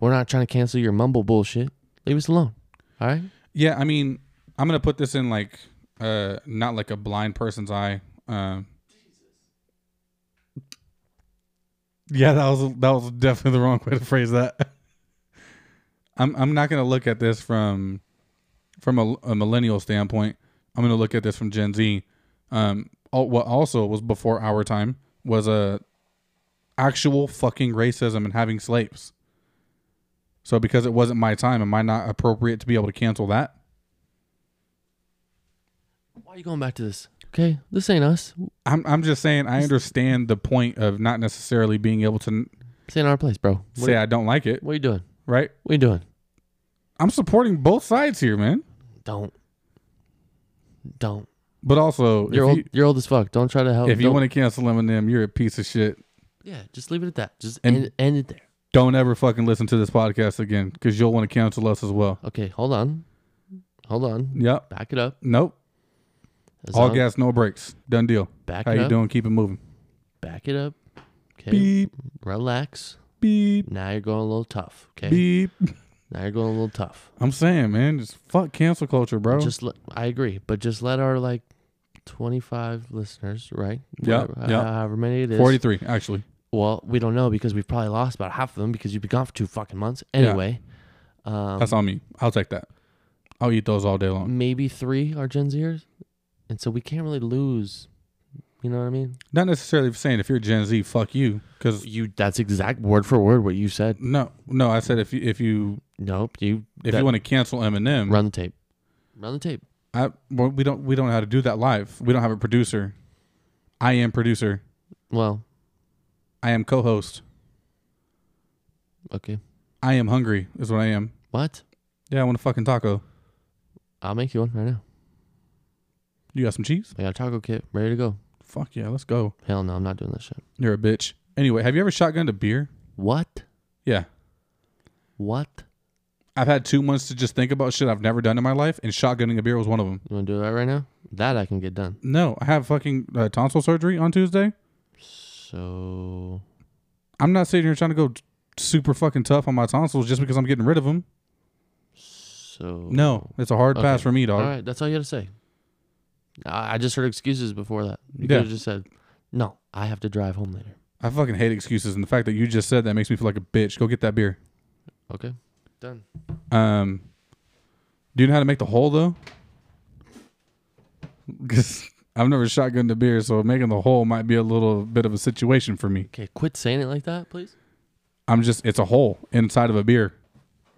Speaker 2: We're not trying to cancel your mumble bullshit. Leave us alone. All right.
Speaker 1: Yeah, I mean, I'm gonna put this in like uh not like a blind person's eye. Um Yeah, that was that was definitely the wrong way to phrase that. I'm I'm not gonna look at this from from a, a millennial standpoint. I'm gonna look at this from Gen Z. Um, al- what also was before our time was a actual fucking racism and having slaves. So because it wasn't my time, am I not appropriate to be able to cancel that?
Speaker 2: Why are you going back to this? Okay, this ain't us.
Speaker 1: I'm I'm just saying I understand the point of not necessarily being able to n-
Speaker 2: This ain't our place, bro. What,
Speaker 1: say I don't like it,
Speaker 2: what are you doing?
Speaker 1: right?
Speaker 2: What are you doing?
Speaker 1: I'm supporting both sides here, man.
Speaker 2: Don't. Don't.
Speaker 1: But also, if
Speaker 2: You're old.
Speaker 1: you,
Speaker 2: you're old as fuck. Don't try to help.
Speaker 1: if you
Speaker 2: don't-
Speaker 1: want to cancel Eminem, you're a piece of shit.
Speaker 2: yeah, just leave it at that. Just
Speaker 1: And-
Speaker 2: end, end it there.
Speaker 1: Don't ever fucking listen to this podcast again because you'll want to cancel us as well.
Speaker 2: Okay, hold on, hold on.
Speaker 1: Yep.
Speaker 2: Back it up.
Speaker 1: Nope.
Speaker 2: That's
Speaker 1: All
Speaker 2: on.
Speaker 1: gas, no brakes. Done deal.
Speaker 2: Back
Speaker 1: How
Speaker 2: it
Speaker 1: you
Speaker 2: up.
Speaker 1: doing? Keep it moving.
Speaker 2: Back it up. Okay,
Speaker 1: Beep
Speaker 2: relax.
Speaker 1: beep
Speaker 2: Now you're going a little tough. Okay,
Speaker 1: beep.
Speaker 2: now you're going a little tough.
Speaker 1: I'm saying, man, just fuck cancel culture, bro.
Speaker 2: Just let, I agree, but just let our like. 25 listeners, right?
Speaker 1: Yeah,
Speaker 2: Whatever,
Speaker 1: yeah.
Speaker 2: ho- However many it is.
Speaker 1: 43 actually.
Speaker 2: Well, we don't know because we've probably lost about half of them because you've been gone for two fucking months. Anyway, um,
Speaker 1: That's on me. I'll take that. I'll eat those all day long.
Speaker 2: maybe three are Gen Zers, and so we can't really lose. You know what I mean?
Speaker 1: Not necessarily saying if you're Gen Z, fuck you, because
Speaker 2: You that's exact word for word what you said.
Speaker 1: No, no. I said if you if you
Speaker 2: Nope. You
Speaker 1: if
Speaker 2: that-
Speaker 1: you want to cancel Eminem,
Speaker 2: run the tape, run the tape.
Speaker 1: I well, we don't we don't know how to do that live. We don't have a producer. I am producer.
Speaker 2: Well,
Speaker 1: I am co-host.
Speaker 2: okay.
Speaker 1: I am hungry. Is what I am.
Speaker 2: What?
Speaker 1: Yeah, I want a fucking taco.
Speaker 2: I'll make you one right now.
Speaker 1: You got some cheese?
Speaker 2: I got a taco kit ready to go.
Speaker 1: Fuck yeah, let's go.
Speaker 2: Hell no, I'm not doing that shit.
Speaker 1: You're a bitch. Anyway, have you ever shotgunned a beer?
Speaker 2: What?
Speaker 1: Yeah,
Speaker 2: What?
Speaker 1: I've had two months to just think about shit I've never done in my life, and shotgunning a beer was one of them.
Speaker 2: You want to do that right now? That I can get done.
Speaker 1: No, I have fucking uh, tonsil surgery on Tuesday.
Speaker 2: So
Speaker 1: I'm not sitting here trying to go t- super fucking tough on my tonsils just because I'm getting rid of them.
Speaker 2: so
Speaker 1: No, it's a hard
Speaker 2: Okay.
Speaker 1: pass for me, dog.
Speaker 2: All right, that's all you got to say. I, I just heard excuses before that. You
Speaker 1: Yeah.
Speaker 2: could have just said, "No, I have to drive home later."
Speaker 1: I fucking hate excuses, and the fact that you just said that makes me feel like a bitch. Go get that beer.
Speaker 2: Okay, done.
Speaker 1: Um, do you know how to make the hole though? Because I've never shotgunned a beer, so making the hole might be a little bit of a situation for me.
Speaker 2: Okay, quit saying it like that, please.
Speaker 1: I'm just—it's a hole inside of a beer,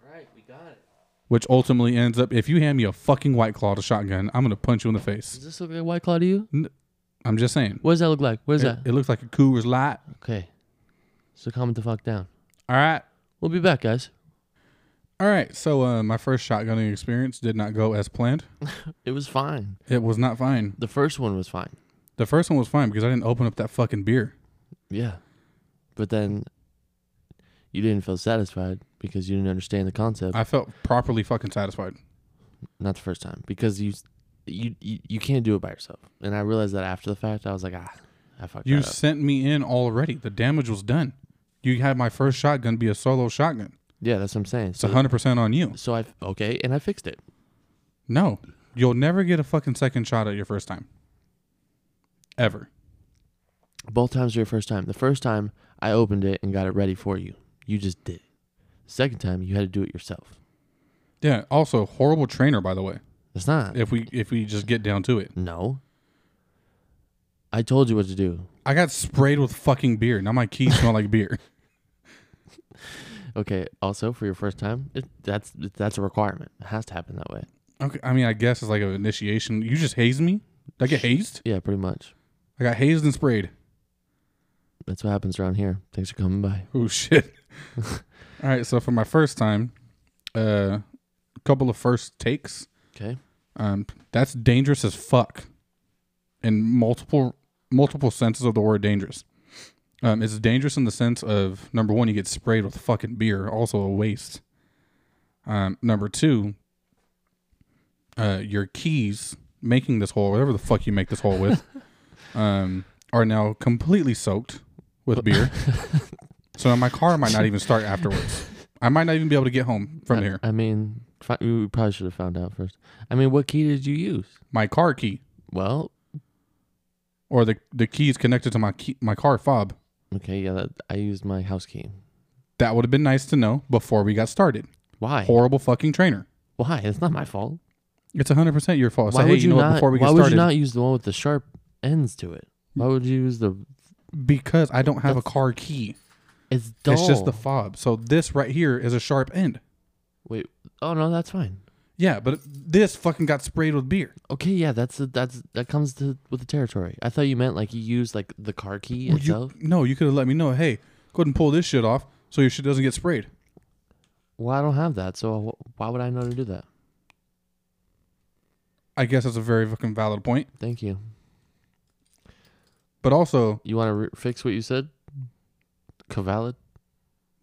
Speaker 2: All right, we got it.
Speaker 1: which ultimately ends up. If you hand me a fucking white claw to shotgun, I'm gonna punch you in the face.
Speaker 2: Does this look like White Claw to you?
Speaker 1: I'm just saying.
Speaker 2: What does that look like? What is
Speaker 1: It,
Speaker 2: that?
Speaker 1: it looks like a Coors Light.
Speaker 2: okay, so calm the fuck down.
Speaker 1: All right,
Speaker 2: We'll be back, guys.
Speaker 1: all right. So uh, my first shotgunning experience did not go as planned.
Speaker 2: It was fine.
Speaker 1: It was not fine.
Speaker 2: The first one was fine.
Speaker 1: The first one was fine because I didn't open up that fucking beer.
Speaker 2: Yeah, but then you didn't feel satisfied because you didn't understand the concept.
Speaker 1: I felt properly fucking satisfied.
Speaker 2: Not the first time because you s- you, you you can't do it by yourself. And I realized that after the fact, I was like, ah, I fucked
Speaker 1: You
Speaker 2: that up.
Speaker 1: sent me in already. The damage was done. You had my first shotgun be a solo shotgun.
Speaker 2: Yeah, that's what I'm saying.
Speaker 1: It's
Speaker 2: So,
Speaker 1: hundred percent on you.
Speaker 2: so I okay, and I fixed it.
Speaker 1: No, you'll never get a fucking second shot at your first time. Ever.
Speaker 2: Both times were your first time. The first time I opened it and got it ready for you. You just did. it. Second time you had to do it yourself.
Speaker 1: Yeah. Also, horrible trainer, by the way.
Speaker 2: It's not.
Speaker 1: If we if we just get down to it,
Speaker 2: No. I told you what to do.
Speaker 1: I got sprayed with fucking beer. Now my keys smell like beer.
Speaker 2: Okay. Also, for your first time, it, that's that's a requirement. It has to happen that way.
Speaker 1: Okay. I mean, I guess it's like an initiation. You just hazed me. Did I get hazed?
Speaker 2: Yeah, pretty much.
Speaker 1: I got hazed and sprayed.
Speaker 2: That's what happens around here. Thanks for coming by.
Speaker 1: Oh shit. All right. So for my first time, uh, a couple of first takes.
Speaker 2: Okay.
Speaker 1: Um, that's dangerous as fuck, in multiple multiple senses of the word dangerous. Um, it's dangerous in the sense of number one, you get sprayed with fucking beer, also a waste. Um, number two, uh, your keys making this hole, whatever the fuck you make this hole with, um, are now completely soaked with beer. so my car might not even start afterwards. I might not even be able to get home from
Speaker 2: I,
Speaker 1: here.
Speaker 2: I mean, fi- we probably should have found out first. I mean, what key did you use?
Speaker 1: My car key.
Speaker 2: Well,
Speaker 1: or the the keys connected to my key, my car fob.
Speaker 2: okay, yeah, that, I used my house key.
Speaker 1: That would have been nice to know before we got started.
Speaker 2: Why?
Speaker 1: Horrible fucking trainer.
Speaker 2: Why? It's not my fault.
Speaker 1: It's 100% your fault.
Speaker 2: why
Speaker 1: so, hey,
Speaker 2: would
Speaker 1: you
Speaker 2: you,
Speaker 1: know what,
Speaker 2: not?
Speaker 1: before we
Speaker 2: why
Speaker 1: get
Speaker 2: would
Speaker 1: started,
Speaker 2: you not use the one with the sharp ends to it? Why would you use the?
Speaker 1: because I don't have a car key.
Speaker 2: It's dull.
Speaker 1: It's just the fob. So this right here is a sharp end.
Speaker 2: wait. Oh no, that's fine.
Speaker 1: Yeah, but this fucking got sprayed with beer.
Speaker 2: Okay, yeah, that's a, that's that comes to with the territory. I thought you meant like you used like the car key
Speaker 1: Well,
Speaker 2: itself.
Speaker 1: You, no, you could have let me know, hey, go ahead and pull this shit off so your shit doesn't get sprayed.
Speaker 2: Well, I don't have that, so wh- why would I know to do that?
Speaker 1: I guess that's a very fucking valid point.
Speaker 2: Thank you.
Speaker 1: But also,
Speaker 2: You want to re- fix what you said? Cavalid.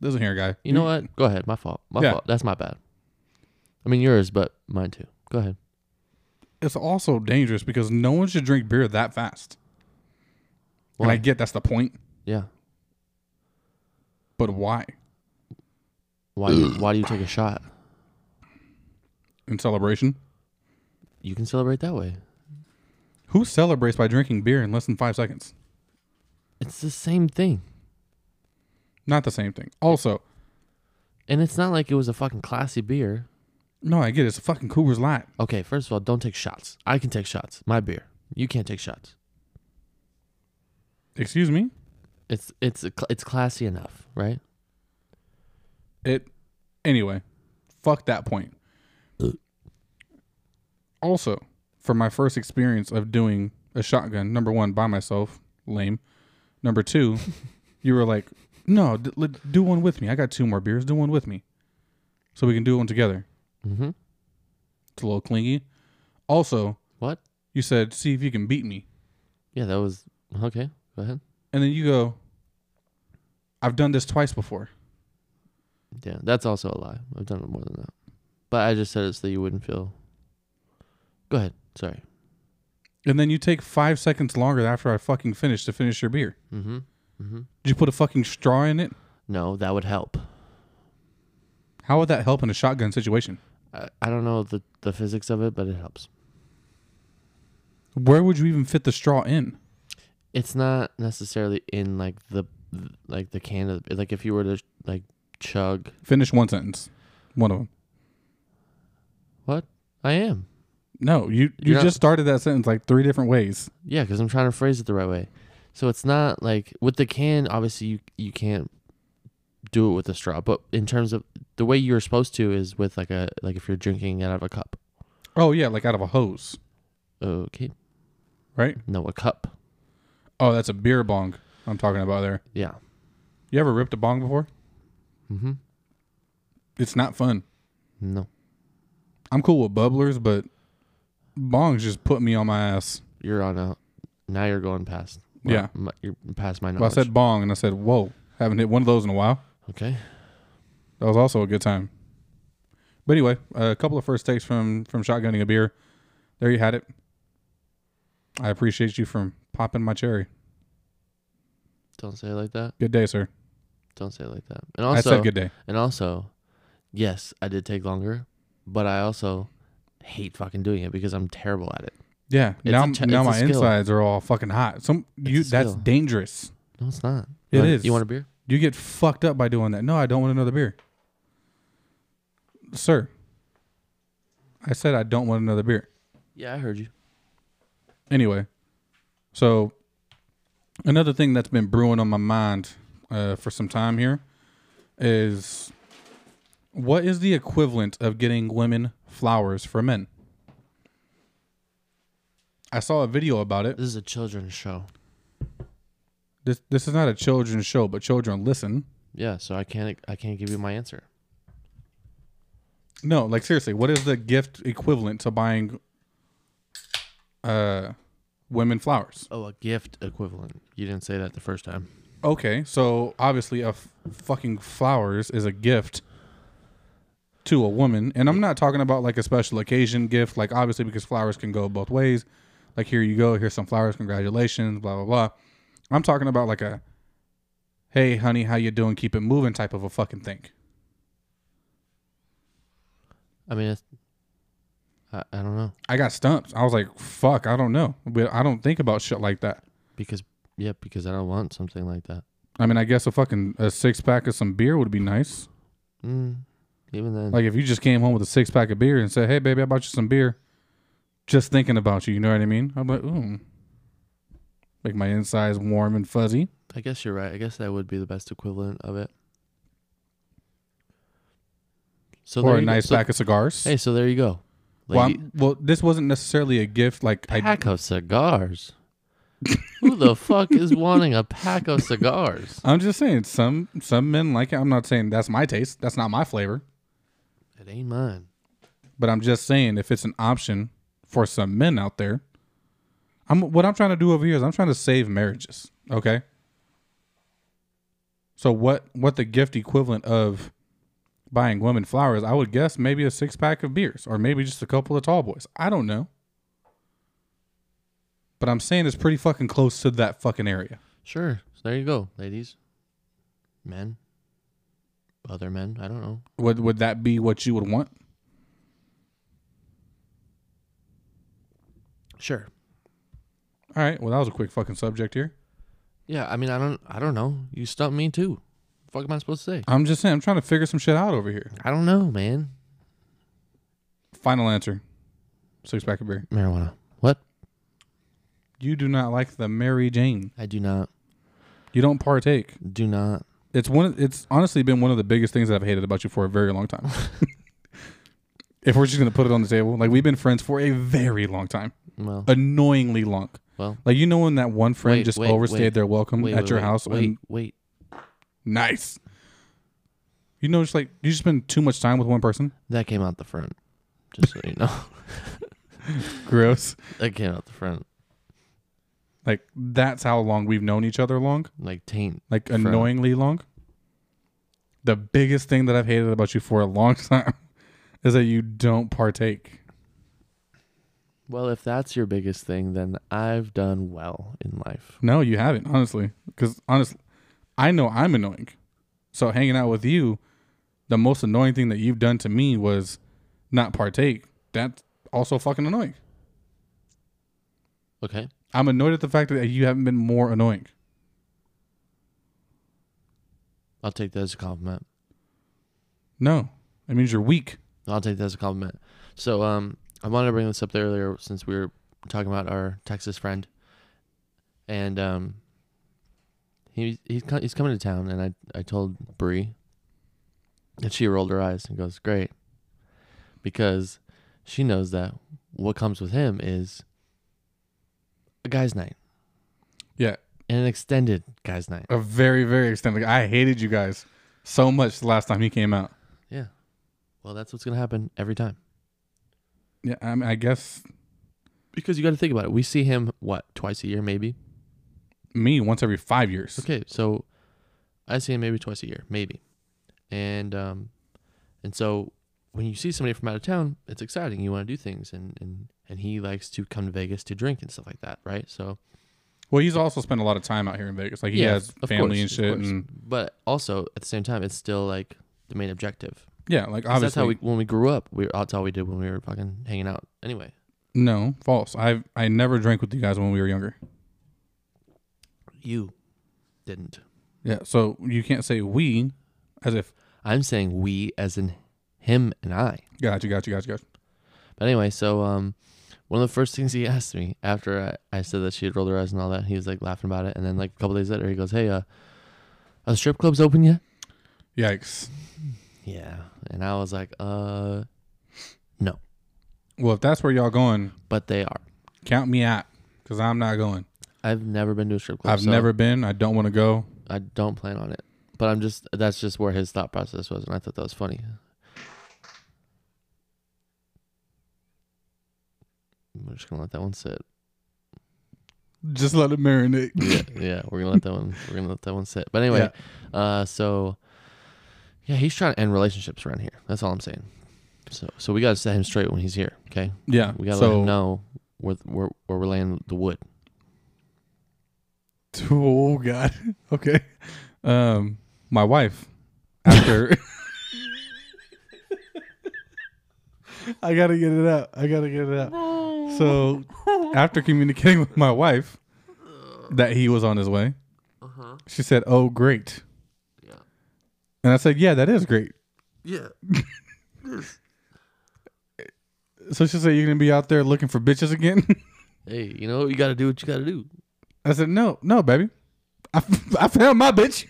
Speaker 1: listen here, guy.
Speaker 2: You know what? Go ahead. My fault. My
Speaker 1: Yeah.
Speaker 2: fault. That's my bad. I mean yours, but mine too. Go ahead.
Speaker 1: It's also dangerous because no one should drink beer that fast. And
Speaker 2: Why?
Speaker 1: I get that's the point.
Speaker 2: Yeah.
Speaker 1: But why?
Speaker 2: Why? do you- why do you take a shot?
Speaker 1: In celebration?
Speaker 2: You can celebrate that way.
Speaker 1: Who celebrates by drinking beer in less than five seconds?
Speaker 2: It's the same thing,
Speaker 1: Not the same thing. Also,
Speaker 2: and it's not like it was a fucking classy beer.
Speaker 1: no, I get it. It's a fucking Coors Light.
Speaker 2: Okay, first of all, don't take shots. I can take shots. My beer. You can't take shots.
Speaker 1: Excuse me?
Speaker 2: It's it's a cl- it's classy enough, right?
Speaker 1: It. Anyway, fuck that point. Also, for my first experience of doing a shotgun, number one, by myself, lame. Number two, you were like, no, d- let- do one with me. I got two more beers. Do one with me. So we can do one together.
Speaker 2: Mm-hmm.
Speaker 1: It's a little clingy. Also,
Speaker 2: What?
Speaker 1: you said, see if you can beat me.
Speaker 2: Yeah, that was okay. Go ahead.
Speaker 1: and then you go, I've done this twice before.
Speaker 2: Yeah, that's also a lie. I've done it more than that, but I just said it so you wouldn't feel. Go ahead. Sorry.
Speaker 1: And then you take five seconds longer after I fucking finish to finish your beer.
Speaker 2: Mm-hmm. Mm-hmm.
Speaker 1: Did you put a fucking straw in it?
Speaker 2: No, that would help.
Speaker 1: How would that help in a shotgun situation?
Speaker 2: I, I don't know the the physics of it, but it helps.
Speaker 1: Where would you even fit the straw in?
Speaker 2: It's not necessarily in like the like the can of like if you were to like chug.
Speaker 1: Finish one sentence. One of them.
Speaker 2: What? I am.
Speaker 1: No, you you
Speaker 2: You're not-
Speaker 1: just started that sentence like three different ways.
Speaker 2: Yeah, because I'm trying to phrase it the right way. So it's not like with the can. Obviously, you you can't do it with a straw. But in terms of the way you're supposed to is with like a like if you're drinking out of a cup.
Speaker 1: Oh yeah, like out of a hose,
Speaker 2: Okay,
Speaker 1: right?
Speaker 2: no, a cup.
Speaker 1: Oh, that's a beer bong I'm talking about there.
Speaker 2: Yeah.
Speaker 1: You ever ripped a bong before?
Speaker 2: Mm-hmm.
Speaker 1: It's not fun.
Speaker 2: No.
Speaker 1: I'm cool with bubblers, but bongs just put me on my ass.
Speaker 2: You're on a. Now you're going past.
Speaker 1: Yeah.
Speaker 2: my- you're past my
Speaker 1: Well, I
Speaker 2: knowledge.
Speaker 1: said bong, and I said, "Whoa, haven't hit one of those in a while."
Speaker 2: okay.
Speaker 1: That was also a good time. But anyway, a couple of first takes from from shotgunning a beer. There you had it. I appreciate you from popping my cherry.
Speaker 2: Don't say it like that.
Speaker 1: Good day, sir.
Speaker 2: Don't say it like that. And also,
Speaker 1: I said good day.
Speaker 2: and also, yes, I did take longer, but I also hate fucking doing it because I'm terrible at it.
Speaker 1: Yeah.
Speaker 2: It's
Speaker 1: now
Speaker 2: a ch-
Speaker 1: now
Speaker 2: it's a
Speaker 1: my
Speaker 2: skill.
Speaker 1: insides are all fucking hot. Some you
Speaker 2: a
Speaker 1: that's
Speaker 2: skill.
Speaker 1: dangerous.
Speaker 2: No, it's not.
Speaker 1: It
Speaker 2: You want-
Speaker 1: is.
Speaker 2: You want a beer?
Speaker 1: You get fucked up by doing that. No, I don't want another beer. Sir. I said I don't want another beer.
Speaker 2: Yeah, I heard you.
Speaker 1: Anyway. So another thing that's been brewing on my mind uh, for some time here is what is the equivalent of getting women flowers for men? I saw a video about it.
Speaker 2: This is a children's show.
Speaker 1: This this is not a children's show, but children listen.
Speaker 2: Yeah, so I can't I can't give you my answer.
Speaker 1: No, like seriously, what is the gift equivalent to buying uh women flowers?
Speaker 2: Oh, a gift equivalent. You didn't say that the first time.
Speaker 1: Okay, so obviously a f- fucking flowers is a gift to a woman, and I'm not talking about like a special occasion gift, like obviously because flowers can go both ways. Like here you go, here's some flowers, congratulations, blah blah blah. I'm talking about like a hey honey, how you doing? Keep it moving type of a fucking thing.
Speaker 2: I mean, it's, I I don't know
Speaker 1: I got stumped. I was like, fuck, I don't know. But I don't think about shit like that.
Speaker 2: because yeah because I don't want something like that.
Speaker 1: I mean, I guess a fucking a six pack of some beer would be nice.
Speaker 2: Mm, even then,
Speaker 1: Like if you just came home with a six pack of beer and said, "Hey, baby, I bought you some beer," just thinking about you, you know what I mean? I'm like, ooh, make my insides warm and fuzzy.
Speaker 2: I guess you're right. I guess that would be the best equivalent of it. So
Speaker 1: or
Speaker 2: there
Speaker 1: a
Speaker 2: you go.
Speaker 1: nice
Speaker 2: So-
Speaker 1: pack of cigars.
Speaker 2: Hey, so there you go.
Speaker 1: well,
Speaker 2: Lady-
Speaker 1: I'm- well, this wasn't necessarily a gift. Like I,
Speaker 2: pack of cigars. Who the fuck is wanting a pack of cigars?
Speaker 1: I'm just saying, some some men like it. I'm not saying that's my taste. That's not my flavor.
Speaker 2: It ain't mine.
Speaker 1: But I'm just saying, if it's an option for some men out there, I'm what I'm trying to do over here is I'm trying to save marriages. Okay. So what what the gift equivalent of buying women flowers? I would guess maybe a six pack of beers, or maybe just a couple of tall boys. I don't know. But I'm saying it's pretty fucking close to that fucking area.
Speaker 2: Sure. So there you go, ladies, men, other men. I don't know.
Speaker 1: Would would that be what you would want?
Speaker 2: Sure.
Speaker 1: All right. Well, that was a quick fucking subject here.
Speaker 2: Yeah. I mean, I don't. I don't know. You stumped me too. fuck am I supposed to say?
Speaker 1: I'm just saying I'm trying to figure some shit out over here.
Speaker 2: I don't know, man.
Speaker 1: Final answer. Six pack of beer.
Speaker 2: Marijuana. What?
Speaker 1: You do not like the Mary Jane.
Speaker 2: I do not.
Speaker 1: You don't partake.
Speaker 2: Do not.
Speaker 1: It's one. Of, it's honestly been one of the biggest things that I've hated about you for a very long time. if we're just gonna put it on the table, like we've been friends for a very long time,
Speaker 2: Well.
Speaker 1: annoyingly long.
Speaker 2: well.
Speaker 1: Like you know when that one friend
Speaker 2: Wait,
Speaker 1: just
Speaker 2: wait,
Speaker 1: overstayed
Speaker 2: wait.
Speaker 1: their welcome
Speaker 2: Wait,
Speaker 1: at
Speaker 2: wait,
Speaker 1: your
Speaker 2: wait,
Speaker 1: house.
Speaker 2: Wait.
Speaker 1: and-
Speaker 2: Wait.
Speaker 1: nice. You know, just like you just spend too much time with one person.
Speaker 2: That came out the front. Just so you know,
Speaker 1: Gross.
Speaker 2: that came out the front.
Speaker 1: Like that's how long we've known each other. Long.
Speaker 2: Like taint.
Speaker 1: like
Speaker 2: Front.
Speaker 1: annoyingly long. The biggest thing that I've hated about you for a long time is that you don't partake.
Speaker 2: Well, if that's your biggest thing, then I've done well in life.
Speaker 1: No, you haven't, honestly. Because honestly, I know I'm annoying. So hanging out with you, the most annoying thing that you've done to me was not partake. That's also fucking annoying.
Speaker 2: Okay.
Speaker 1: I'm annoyed at the fact that you haven't been more annoying.
Speaker 2: I'll take that as a compliment.
Speaker 1: No, it means you're weak.
Speaker 2: I'll take that as a compliment. So, um, I wanted to bring this up earlier since we were talking about our Texas friend, and um, he he's co- he's coming to town, and I I told Bree, and she rolled her eyes and goes, "Great," because she knows that what comes with him is a guys' night
Speaker 1: Yeah,
Speaker 2: and an extended guys' night.
Speaker 1: a very, very extended. I hated you guys so much the last time he came out.
Speaker 2: Yeah. Well, that's what's gonna happen every time.
Speaker 1: Yeah, I, mean, I guess
Speaker 2: Because you got to think about it. We see him what twice a year, maybe.
Speaker 1: me once every five years.
Speaker 2: Okay, so I see him maybe twice a year, maybe, and um, and so when you see somebody from out of town, it's exciting. You want to do things, and and and he likes to come to Vegas to drink and stuff like that, right? So
Speaker 1: Well, he's also spent a lot of time out here in Vegas. Like he has
Speaker 2: of
Speaker 1: family
Speaker 2: course,
Speaker 1: and
Speaker 2: of
Speaker 1: shit,
Speaker 2: course.
Speaker 1: and
Speaker 2: but also at the same time, it's still like the main objective.
Speaker 1: yeah, like
Speaker 2: 'Cause
Speaker 1: obviously.
Speaker 2: That's how we when we grew up. We that's all we did when we were fucking hanging out. Anyway,
Speaker 1: no, false. I I never drank with you guys when we were younger.
Speaker 2: you didn't.
Speaker 1: Yeah, so you can't say we, as if
Speaker 2: I'm saying we as in him and I.
Speaker 1: gotcha, gotcha, gotcha, gotcha.
Speaker 2: But anyway, so um, one of the first things he asked me after I, I said that she had rolled her eyes and all that, he was like laughing about it. And then like a couple days later, he goes, "Hey, uh, are the strip clubs open yet?"
Speaker 1: Yikes.
Speaker 2: Yeah. And I was like, "Uh, no,
Speaker 1: Well, if that's where y'all going,
Speaker 2: but they are.
Speaker 1: count me out, because I'm not going.
Speaker 2: I've never been to a strip club.
Speaker 1: I've
Speaker 2: so
Speaker 1: never been. I don't want to go.
Speaker 2: I don't plan on it. But I'm just that's just where his thought process was, and I thought that was funny. We're just gonna let that one sit.
Speaker 1: Just let it marinate.
Speaker 2: yeah, yeah, we're gonna let that one. We're gonna let that one sit. But anyway, uh, so yeah, he's trying to end relationships around here. That's all I'm saying. So, so we gotta set him straight when he's here. Okay,
Speaker 1: yeah.
Speaker 2: we gotta let
Speaker 1: so
Speaker 2: him know where where where we're laying the wood.
Speaker 1: Oh God. Okay. Um, my wife. After. I gotta get it out. I gotta get it out. So, after communicating with my wife that he was on his way, she said, "Oh, great."
Speaker 2: Uh-huh. Yeah.
Speaker 1: And I said, "Yeah, that is great."
Speaker 2: Yeah.
Speaker 1: So she said, "You're gonna be out there looking for bitches again?"
Speaker 2: Hey, you know you gotta do what you gotta do.
Speaker 1: I said, "No, no, baby, I, f- I found my bitch."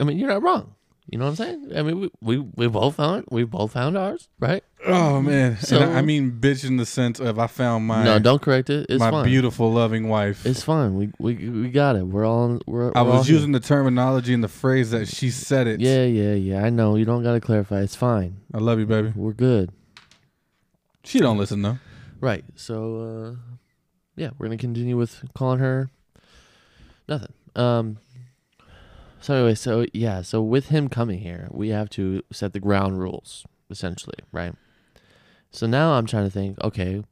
Speaker 2: I mean, you're not wrong. You know what I'm saying? I mean, we we, we both found we both found ours, right?
Speaker 1: Oh man,
Speaker 2: So-
Speaker 1: and I, I mean, bitch in the sense of I found my
Speaker 2: no, don't correct it. It's
Speaker 1: my
Speaker 2: fine.
Speaker 1: beautiful, loving wife.
Speaker 2: it's fine. We, we we got it. We're all we're.
Speaker 1: I
Speaker 2: we're all
Speaker 1: was
Speaker 2: here.
Speaker 1: using the terminology and the phrase that she said it.
Speaker 2: Yeah, yeah, yeah. I know. You don't gotta clarify. It's fine.
Speaker 1: I love you, baby.
Speaker 2: We're good.
Speaker 1: She don't listen though.
Speaker 2: Right. So uh yeah, we're gonna continue with calling her nothing. Um so anyway, so yeah, so with him coming here, we have to set the ground rules, essentially, right? So now I'm trying to think, okay,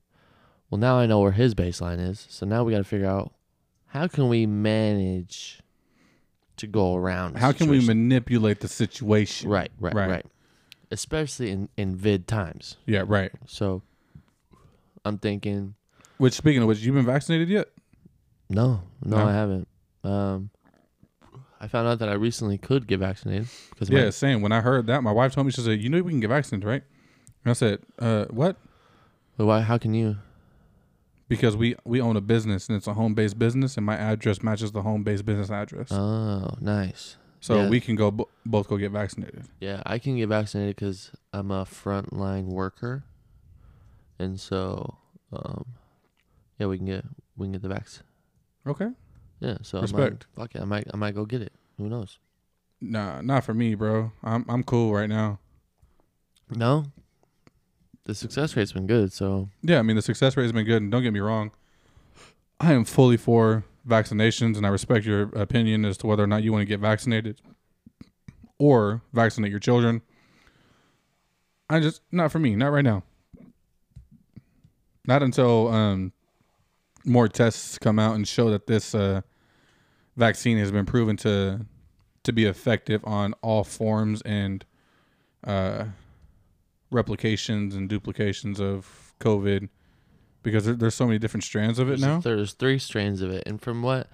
Speaker 2: well now I know where his baseline is, so now we gotta figure out how can we manage to go around. the
Speaker 1: How can we
Speaker 2: situation?
Speaker 1: manipulate the situation?
Speaker 2: Right, right,
Speaker 1: Right.
Speaker 2: right, Especially in, in vid times.
Speaker 1: Yeah, right.
Speaker 2: So I'm thinking
Speaker 1: Which speaking of which, you been vaccinated yet?
Speaker 2: No, no,
Speaker 1: No?
Speaker 2: I haven't. Um, I found out that I recently could get vaccinated because
Speaker 1: Yeah, same. When I heard that, my wife told me she said, "You know we can get vaccinated, right?" And I said, "Uh, what?"
Speaker 2: My, why? How can you?
Speaker 1: Because we we own a business and it's a home based business, and my address matches the home based business address,
Speaker 2: Oh, nice.
Speaker 1: so
Speaker 2: yeah.
Speaker 1: we can go bo- both go get vaccinated.
Speaker 2: Yeah, I can get vaccinated because I'm a frontline worker, and so um, yeah, we can get we can get the vax.
Speaker 1: Okay.
Speaker 2: Yeah, so
Speaker 1: Respect.
Speaker 2: I might, fuck it, I might I might go get it. Who knows?
Speaker 1: Nah, not for me, bro. I'm I'm cool right now.
Speaker 2: No, the success rate's been good. So
Speaker 1: Yeah, I mean the success rate has been good, and don't get me wrong, I am fully for vaccinations, and I respect your opinion as to whether or not you want to get vaccinated or vaccinate your children. I just not for me, not right now. Not until um, more tests come out and show that this uh, vaccine has been proven to to be effective on all forms and uh, replications and duplications of COVID, because there, there's so many different strands of it
Speaker 2: There's-
Speaker 1: now.
Speaker 2: There's three strains of it, and from what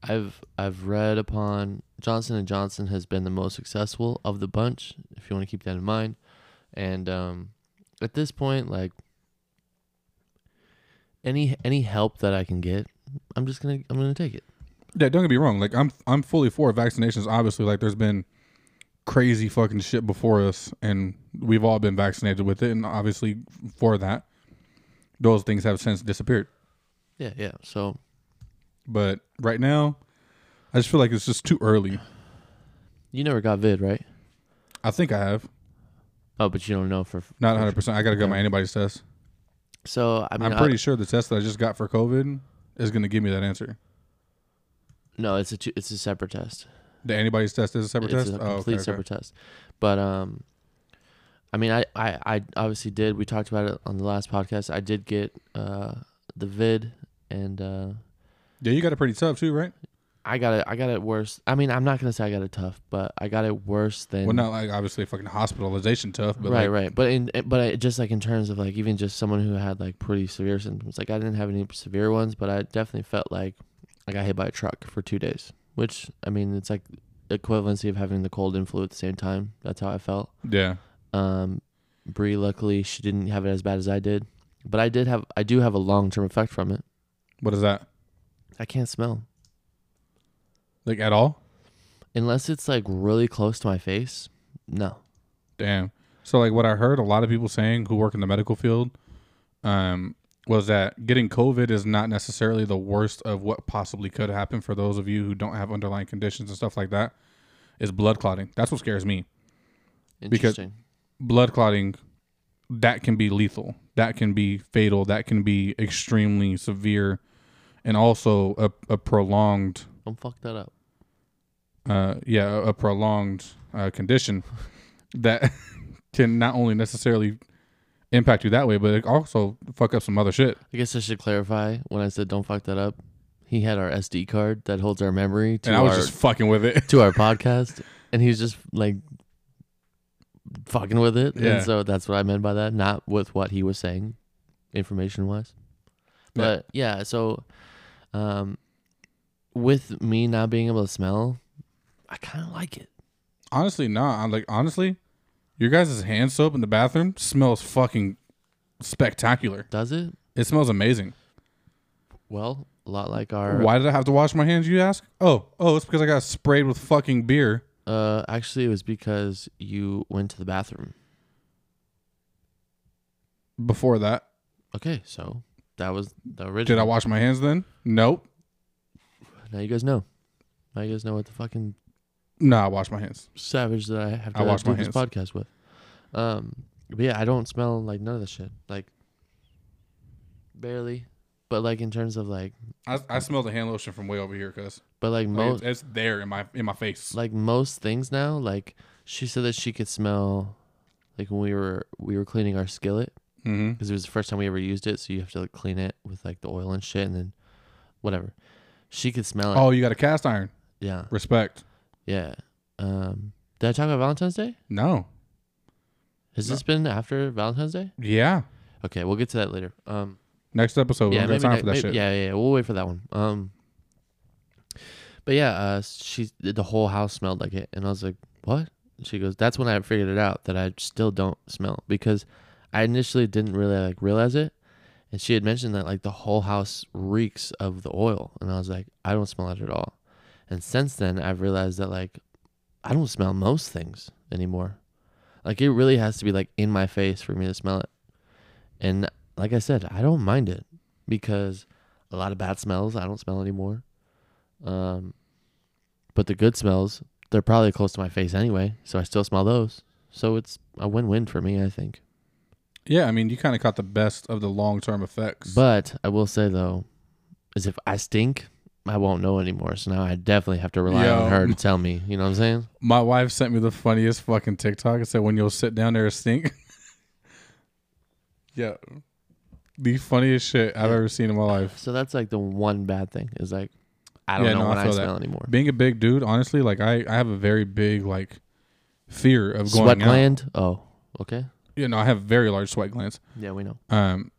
Speaker 2: I've I've read upon, Johnson and Johnson has been the most successful of the bunch. If you want to keep that in mind, and um, at this point, like any any help that I can get, I'm just gonna I'm gonna take it.
Speaker 1: Yeah, don't get me wrong. Like I'm I'm fully for vaccinations. Obviously, like there's been crazy fucking shit before us, and we've all been vaccinated with it, and obviously for that, those things have since disappeared.
Speaker 2: Yeah, yeah. So
Speaker 1: But right now, I just feel like it's just too early.
Speaker 2: you never got vid, right?
Speaker 1: I think I have
Speaker 2: Oh, but you don't know for
Speaker 1: not
Speaker 2: for
Speaker 1: 100. percent I gotta get my anybody's test.
Speaker 2: sure. So I
Speaker 1: I'm
Speaker 2: mean, I-
Speaker 1: pretty sure the test that I just got for COVID is gonna give me that answer.
Speaker 2: no, it's a two, it's a separate test.
Speaker 1: The anybody's test is a separate
Speaker 2: it's
Speaker 1: test. Oh,
Speaker 2: a complete separate test. But um, I mean, I, I I obviously did. We talked about it on the last podcast. I did get uh the vid, and uh,
Speaker 1: Yeah, you got it pretty tough too, right?
Speaker 2: I got it. I got it worse. I mean, I'm not gonna say I got it tough, but I got it worse than
Speaker 1: well, not like obviously fucking hospitalization tough, but like,
Speaker 2: right, right. But in but I, just like in terms of like even just someone who had like pretty severe symptoms, like I didn't have any severe ones, but I definitely felt like I got hit by a truck for two days. Which I mean, it's like equivalency of having the cold and flu at the same time. That's how I felt.
Speaker 1: yeah,
Speaker 2: Um, Bree, luckily, she didn't have it as bad as I did, but I did have I do have a long term effect from it.
Speaker 1: what is that
Speaker 2: I can't smell
Speaker 1: like at all?
Speaker 2: unless it's like really close to my face. No,
Speaker 1: Damn. So like what I heard a lot of people saying who work in the medical field, um, was that getting COVID is not necessarily the worst of what possibly could happen for those of you who don't have underlying conditions and stuff like that. Is blood clotting. That's what scares me. Because-
Speaker 2: interesting.
Speaker 1: Blood clotting, that can be lethal. That can be fatal. That can be extremely severe, and also a, a prolonged
Speaker 2: Don't fuck that up.
Speaker 1: uh, yeah, a, a prolonged uh, condition that can not only necessarily impact you that way, but it also fuck up some other shit.
Speaker 2: I guess I should clarify when I said don't fuck that up. He had our SD card that holds our memory to
Speaker 1: and I was
Speaker 2: our
Speaker 1: just fucking with it.
Speaker 2: to our podcast, and he was just like fucking with it.
Speaker 1: Yeah.
Speaker 2: And so that's what I meant by that, not with what he was saying, information wise. But yeah, so um, with me not being able to smell, I kind of like it.
Speaker 1: honestly, nah. I'm like, honestly, your guys' hand soap in the bathroom smells fucking spectacular.
Speaker 2: Does it?
Speaker 1: It smells amazing.
Speaker 2: Well, a lot like our.
Speaker 1: Why did I have to wash my hands? You ask. Oh, oh, it's because I got sprayed with fucking beer.
Speaker 2: Uh, actually, it was because you went to the bathroom.
Speaker 1: Before that,
Speaker 2: Okay, so that was the
Speaker 1: did I
Speaker 2: original.
Speaker 1: wash my hands then? Nope.
Speaker 2: now you guys know. Now you guys know what the fucking
Speaker 1: Nah, I washed my hands.
Speaker 2: savage that I have to
Speaker 1: I wash
Speaker 2: do
Speaker 1: my
Speaker 2: this podcast with. Um, but yeah, I don't smell like none of this shit. Like barely, but like in terms of like,
Speaker 1: I, I smell the hand lotion from way over here, cause
Speaker 2: but like
Speaker 1: Like,
Speaker 2: most,
Speaker 1: it's, it's there in my in my face.
Speaker 2: like most things now, like she said that she could smell, like when we were we were cleaning our skillet
Speaker 1: Mm-hmm.
Speaker 2: because it was the first time we ever used it, so you have to like clean it with like the oil and shit, and then whatever. She could smell it.
Speaker 1: Oh, you got a cast iron.
Speaker 2: yeah,
Speaker 1: Respect.
Speaker 2: yeah. Um, did I talk about Valentine's Day?
Speaker 1: No.
Speaker 2: Has this been after Valentine's Day?
Speaker 1: Yeah.
Speaker 2: Okay, we'll get to that later. Um.
Speaker 1: Next episode.
Speaker 2: yeah,
Speaker 1: we don't
Speaker 2: maybe
Speaker 1: got time
Speaker 2: ne-
Speaker 1: for that
Speaker 2: maybe-
Speaker 1: shit.
Speaker 2: yeah, yeah, yeah, we'll wait for that one. Um, but yeah, uh, she the whole house smelled like it, and I was like, "What?" She goes, "That's when I figured it out that I still don't smell because I initially didn't really like realize it." And she had mentioned that like the whole house reeks of the oil, and I was like, "I don't smell it at all." And since then, I've realized that like I don't smell most things anymore. Like it really has to be like in my face for me to smell it. And like I said, I don't mind it because a lot of bad smells I don't smell anymore. Um, but the good smells, they're probably close to my face anyway, so I still smell those. So it's a win-win for me, I think.
Speaker 1: Yeah, I mean, you kind of caught the best of the long term effects.
Speaker 2: But I will say though, is if I stink, I won't know anymore. So now I definitely have to rely on
Speaker 1: Yo.
Speaker 2: her to tell me. You know what I'm saying?
Speaker 1: my wife sent me the funniest fucking TikTok. It said, "When you'll sit down there and stink." yeah, the funniest shit I've ever seen in my life.
Speaker 2: So that's like the one bad thing is like I don't
Speaker 1: Yeah,
Speaker 2: know
Speaker 1: no, I
Speaker 2: when I,
Speaker 1: feel that.
Speaker 2: smell anymore.
Speaker 1: Being a big dude, honestly, like I, I have a very big like fear of going
Speaker 2: Sweat
Speaker 1: out.
Speaker 2: gland? Oh, okay.
Speaker 1: You know, I have very large sweat glands.
Speaker 2: Yeah, we know.
Speaker 1: Um,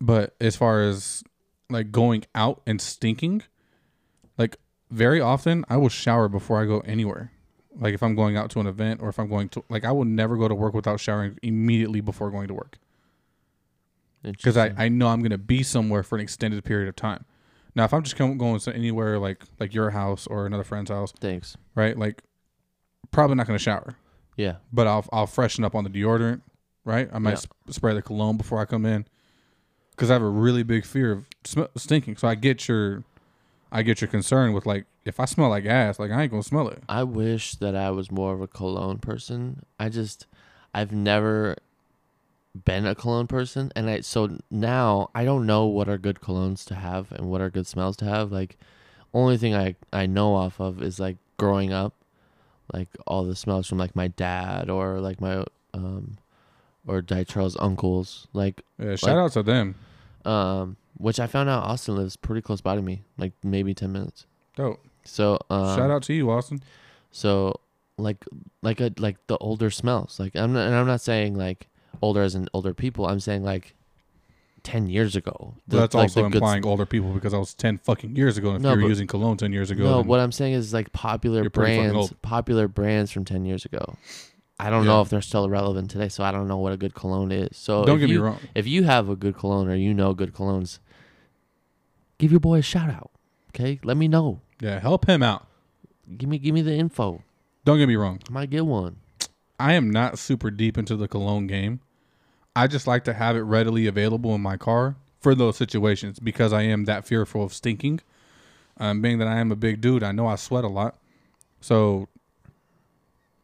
Speaker 1: but as far as like going out and stinking, like very often I will shower before I go anywhere. Like if I'm going out to an event or if I'm going to like I will never go to work without showering immediately before going to work because I,
Speaker 2: Interesting.
Speaker 1: I know I'm gonna be somewhere for an extended period of time. Now if I'm just com- going to anywhere like like your house or another friend's house,
Speaker 2: thanks.
Speaker 1: right? Like probably not gonna shower,
Speaker 2: Yeah.
Speaker 1: but I'll I'll freshen up on the deodorant, right? I might
Speaker 2: Yeah.
Speaker 1: sp- spray the cologne before I come in because I have a really big fear of sm- stinking. So I get your, I get your concern with like if I smell like ass, like I ain't gonna smell it.
Speaker 2: I wish that I was more of a cologne person. I just, I've never been a cologne person, and I so now I don't know what are good colognes to have and what are good smells to have. Like, only thing I I know off of is like growing up, like all the smells from like my dad or like my um or Di Charles' uncles, like
Speaker 1: Yeah, Uh, shout out to them.
Speaker 2: um which I found out Austin lives pretty close by to me, like maybe ten minutes.
Speaker 1: Dope.
Speaker 2: So um,
Speaker 1: shout out to you, Austin.
Speaker 2: so like like a, like the older smells. Like I'm not and I'm not saying like older as in older people. I'm saying like ten years ago. The-
Speaker 1: That's
Speaker 2: like,
Speaker 1: also
Speaker 2: the good s-
Speaker 1: implying older people because I was ten fucking years ago. And if
Speaker 2: No,
Speaker 1: you were
Speaker 2: but-
Speaker 1: using cologne ten years ago,
Speaker 2: No,
Speaker 1: then
Speaker 2: what I'm saying is like popular
Speaker 1: You're pretty fucking
Speaker 2: brands,
Speaker 1: old.
Speaker 2: popular brands from ten years ago. I don't
Speaker 1: Yeah.
Speaker 2: know if they're still relevant today, so I don't know what a good cologne is. So
Speaker 1: don't
Speaker 2: if
Speaker 1: get
Speaker 2: you,
Speaker 1: me wrong.
Speaker 2: If you have a good cologne or you know good colognes, give your boy a shout out. Okay, let me know.
Speaker 1: Yeah, help him out.
Speaker 2: Give me give me the info.
Speaker 1: Don't get me wrong.
Speaker 2: I might get one.
Speaker 1: I am not super deep into the cologne game. I just like to have it readily available in my car for those situations because I am that fearful of stinking. Um, being that I am a big dude, I know I sweat a lot. So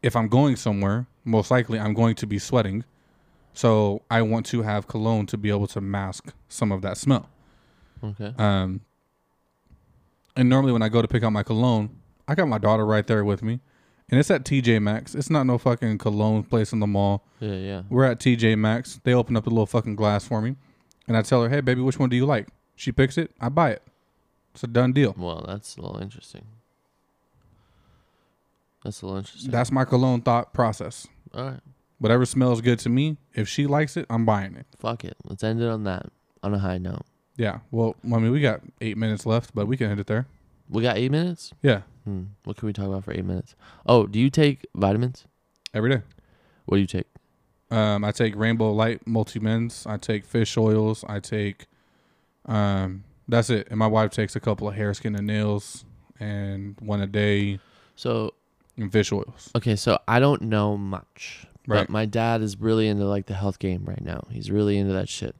Speaker 1: if I'm going somewhere, most likely I'm going to be sweating. So I want to have cologne to be able to mask some of that smell.
Speaker 2: Okay.
Speaker 1: Um, and normally when I go to pick out my cologne, I got my daughter right there with me. And it's at TJ Maxx. It's not no fucking cologne place in the mall.
Speaker 2: Yeah, yeah.
Speaker 1: We're at TJ Maxx. They open up the little fucking glass for me. And I tell her, hey, baby, which one do you like? She picks it. I buy it. It's a done deal.
Speaker 2: Well, that's a little interesting. That's a little interesting.
Speaker 1: That's my cologne thought process.
Speaker 2: All right.
Speaker 1: Whatever smells good to me, if she likes it, I'm buying it.
Speaker 2: Fuck it. Let's end it on that. On a high note.
Speaker 1: Yeah. Well, I mean, we got eight minutes left, but we can end it there.
Speaker 2: We got eight minutes.
Speaker 1: Yeah.
Speaker 2: Hmm. What can we talk about for eight minutes? Oh, do you take vitamins?
Speaker 1: Every day.
Speaker 2: What do you take?
Speaker 1: Um, I take Rainbow Light multi mints. I take fish oils. I take, um, that's it. And my wife takes a couple of hair, skin, and nails, and one a day,
Speaker 2: So
Speaker 1: and fish oils.
Speaker 2: Okay, so I don't know much,
Speaker 1: Right.
Speaker 2: but my dad is really into like the health game right now. He's really into that shit,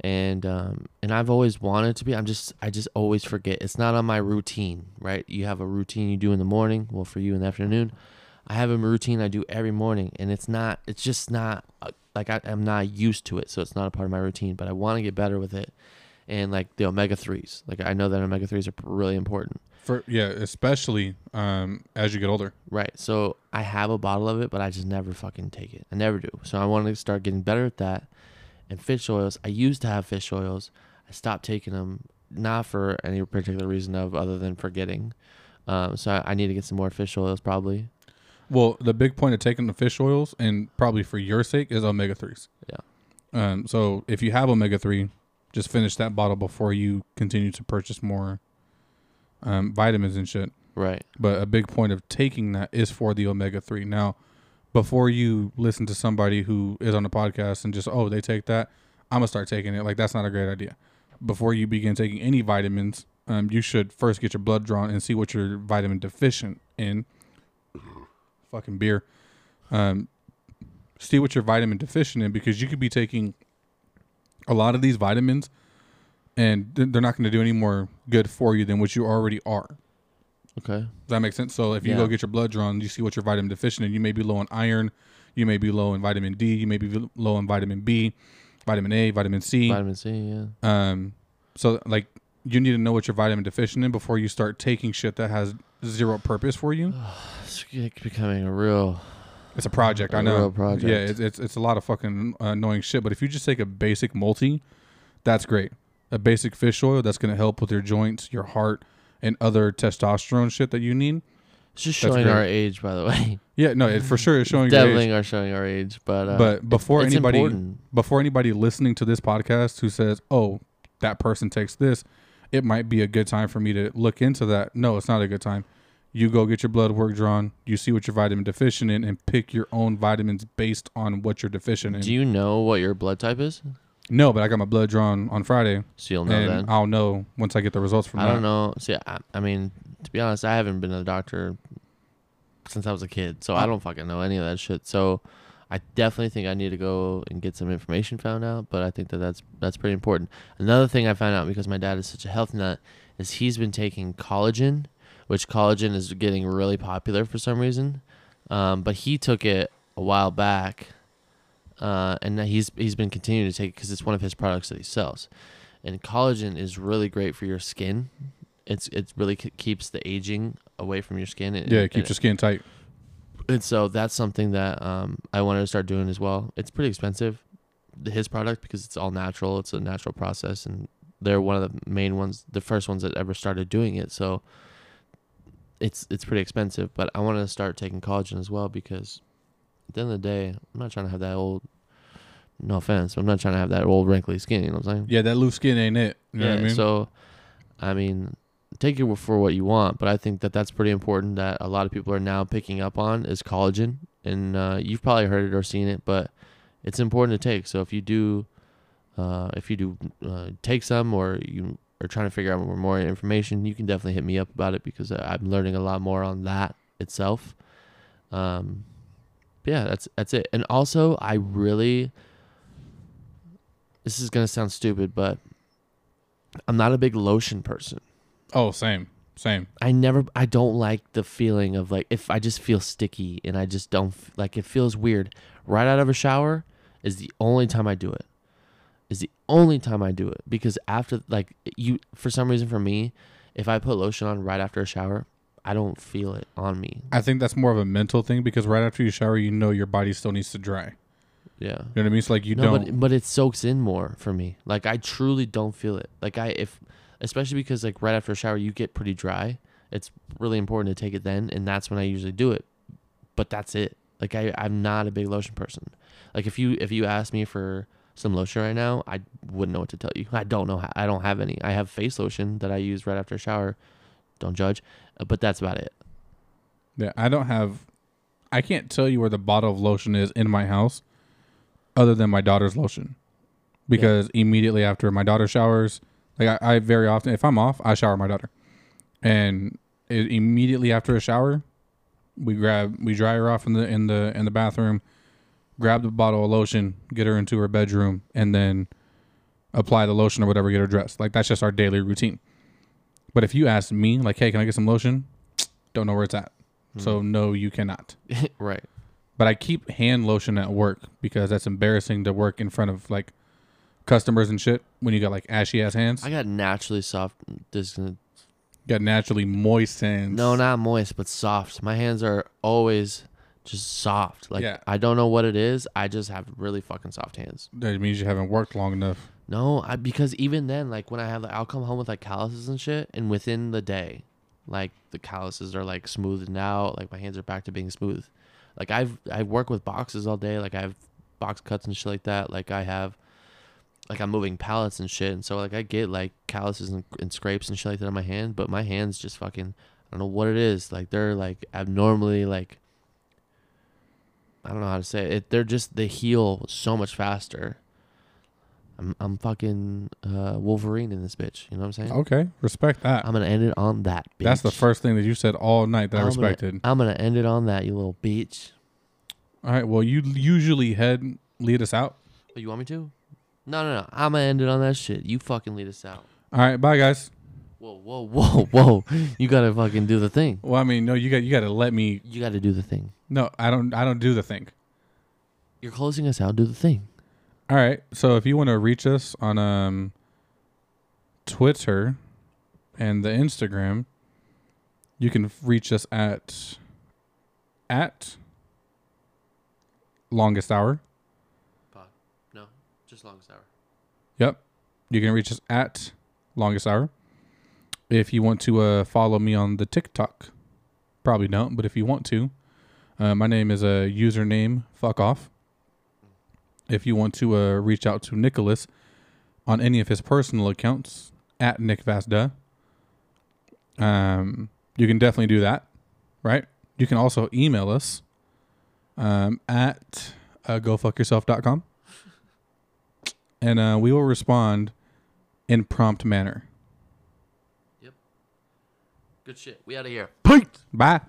Speaker 2: and um, and I've always wanted to be. I'm just I just always forget. It's not on my routine, right? You have a routine you do in the morning. Well, for you in the afternoon, I have a routine I do every morning, and it's not. It's just not uh, like I, I'm not used to it, so it's not a part of my routine. But I want to get better with it, and like the omega threes. Like I know that omega threes are really important.
Speaker 1: For yeah, especially um, as you get older.
Speaker 2: Right. So I have a bottle of it, but I just never fucking take it. I never do. So I want to start getting better at that. And fish oils. I used to have fish oils. I stopped taking them, not for any particular reason of other than forgetting. Um, so I, I need to get some more fish oils, probably.
Speaker 1: Well, the big point of taking the fish oils, and probably for your sake, is omega threes.
Speaker 2: Yeah.
Speaker 1: Um, so if you have omega three, just finish that bottle before you continue to purchase more um, vitamins and shit.
Speaker 2: Right.
Speaker 1: But a big point of taking that is for the omega three. Now, before you listen to somebody who is on a podcast and just oh they take that, I'm gonna start taking it. Like that's not a great idea. Before you begin taking any vitamins, um, you should first get your blood drawn and see what you're vitamin deficient in. Fucking beer. Um, see what you're vitamin deficient in because you could be taking a lot of these vitamins, and they're they're not going to do any more good for you than what you already are.
Speaker 2: Okay.
Speaker 1: Does that make sense? So if you go
Speaker 2: Yeah.
Speaker 1: get your blood drawn, you see what you're vitamin deficient in. You may be low on iron, you may be low in vitamin D, you may be low in vitamin B, vitamin A, vitamin C.
Speaker 2: Vitamin C, yeah.
Speaker 1: Um, so like you need to know what you're vitamin deficient in before you start taking shit that has zero purpose for you.
Speaker 2: It's becoming a real.
Speaker 1: It's a project, I
Speaker 2: A
Speaker 1: know.
Speaker 2: real project.
Speaker 1: Yeah, it's, it's it's a lot of fucking uh, annoying shit. But if you just take a basic multi, that's great. A basic fish oil that's gonna help with your joints, your heart, and other testosterone shit that you need.
Speaker 2: It's just
Speaker 1: That's
Speaker 2: showing
Speaker 1: great.
Speaker 2: our age, by the way.
Speaker 1: Yeah, no, it for sure is showing your age.
Speaker 2: Definitely are showing our age, but. Uh,
Speaker 1: but before
Speaker 2: it's
Speaker 1: anybody
Speaker 2: important.
Speaker 1: before anybody listening to this podcast who says oh that person takes this it might be a good time for me to look into that no it's not a good time you go get your blood work drawn you see what you're vitamin deficient in and pick your own vitamins based on what you're deficient in
Speaker 2: Do you know what your blood type is?
Speaker 1: no but i got my blood drawn on friday
Speaker 2: So you'll know
Speaker 1: and
Speaker 2: then.
Speaker 1: i'll know once i get the results from
Speaker 2: I
Speaker 1: that
Speaker 2: don't know. See, I, I mean, to be honest, I haven't been to the doctor since I was a kid, so I don't fucking know any of that shit. So I definitely think I need to go and get some information found out. But I think that that's that's pretty important. Another thing I found out because my dad is such a health nut is he's been taking collagen, which collagen is getting really popular for some reason. Um, but he took it a while back, uh, and that he's he's been continuing to take it because it's one of his products that he sells. And collagen is really great for your skin. It's it really k- keeps the aging away from your skin.
Speaker 1: yeah it keeps your skin tight
Speaker 2: And so that's something that um, I wanted to start doing as well. It's pretty expensive, th- his product, because it's all natural. It's a natural process, and they're one of the main ones, the first ones that ever started doing it. So it's it's pretty expensive. But I want to start taking collagen as well because at the end of the day, I'm not trying to have that old. No offense, but I'm not trying to have that old wrinkly skin. You know what I'm saying?
Speaker 1: Yeah, that loose skin ain't it. You know
Speaker 2: yeah.
Speaker 1: what I mean?
Speaker 2: So, I mean, take it for what you want, but I think that that's pretty important that a lot of people are now picking up on is collagen, and uh, you've probably heard it or seen it, but it's important to take. So if you do, uh, if you do uh, take some, or you are trying to figure out more, more information, you can definitely hit me up about it because I- I'm learning a lot more on that itself. Um, but yeah, that's that's it. And also, I really. This is gonna sound stupid, but I'm not a big lotion person.
Speaker 1: oh, same, same.
Speaker 2: I never, I don't like the feeling of like if I just feel sticky and I just don't f- like it feels weird. Right out of a shower is the only time I do it. Is the only time I do it because after like you for some reason for me, if I put lotion on right after a shower, I don't feel it on me.
Speaker 1: I think that's more of a mental thing because right after you shower, you know your body still needs to dry.
Speaker 2: Yeah.
Speaker 1: You know what I mean? It's like you
Speaker 2: no,
Speaker 1: don't.
Speaker 2: but but it soaks in more for me. Like I truly don't feel it. Like I if especially because like right after a shower you get pretty dry. It's really important to take it then, and that's when I usually do it. But that's it. Like I I'm not a big lotion person. Like if you if you asked me for some lotion right now, I wouldn't know what to tell you. I don't know. How, I don't have any. I have face lotion that I use right after a shower. Don't judge, uh, but that's about it.
Speaker 1: yeah, I don't have. I can't tell you where the bottle of lotion is in my house, other than my daughter's lotion, because immediately after my daughter showers, like I, I very often, if I'm off, I shower my daughter, and it, immediately after a shower, we grab we dry her off in the in the in the bathroom, grab the bottle of lotion, get her into her bedroom, and then apply the lotion or whatever, get her dressed. Like that's just our daily routine. But if you ask me, like, hey, can I get some lotion? Don't know where it's at. So no, you cannot.
Speaker 2: right.
Speaker 1: But I keep hand lotion at work because that's embarrassing to work in front of like customers and shit when you got like ashy ass hands.
Speaker 2: I got naturally soft. This is gonna
Speaker 1: got naturally moist hands.
Speaker 2: No, not moist, but soft. My hands are always just soft. Like
Speaker 1: Yeah.
Speaker 2: I don't know what it is. I just have really fucking soft hands.
Speaker 1: that means you haven't worked long enough.
Speaker 2: No, I because even then, like when I have, like, I'll come home with like calluses and shit, and within the day, like the calluses are like smoothed out. Like my hands are back to being smooth. Like I've I work with boxes all day. Like I have box cuts and shit like that. Like I have. Like I'm moving pallets and shit, and so like I get like calluses and, and scrapes and shit like that on my hand, but my hands just fucking I don't know what it is. Like they're like abnormally like I don't know how to say it. it they're just they heal so much faster. I'm I'm fucking uh, Wolverine in this bitch. You know what I'm saying?
Speaker 1: Okay, respect that.
Speaker 2: I'm gonna end it on that.
Speaker 1: Oh,
Speaker 2: Bitch.
Speaker 1: that's the first thing that you said all night that I
Speaker 2: I'm gonna-
Speaker 1: respected.
Speaker 2: I'm gonna end it on that, you little bitch.
Speaker 1: All right. Well, you usually head lead us out.
Speaker 2: Oh, you want me to? No, no, no. I'm gonna end it on that shit. You fucking lead us out.
Speaker 1: All right. Bye, guys.
Speaker 2: Whoa, whoa, whoa, whoa. you gotta fucking do the thing.
Speaker 1: Well, I mean, no, you got you got to let me.
Speaker 2: You gotta do the thing.
Speaker 1: No, I don't. I don't do the thing.
Speaker 2: You're closing us out. Do the thing.
Speaker 1: All right. So if you want to reach us on um Twitter and the Instagram, you can f- reach us at at longest hour.
Speaker 2: Pod. No, just longest hour.
Speaker 1: Yep. You can reach us at longest hour. If you want to uh, follow me on the TikTok, probably don't, but if you want to, uh, my name is a uh, username fuck off. If you want to uh, reach out to Nicholas on any of his personal accounts at Nick Vasda, um, you can definitely do that, right? You can also email us um, at uh, gofuckyourself.com and uh, we will respond in prompt manner.
Speaker 2: Good shit. We out of here.
Speaker 1: Bye.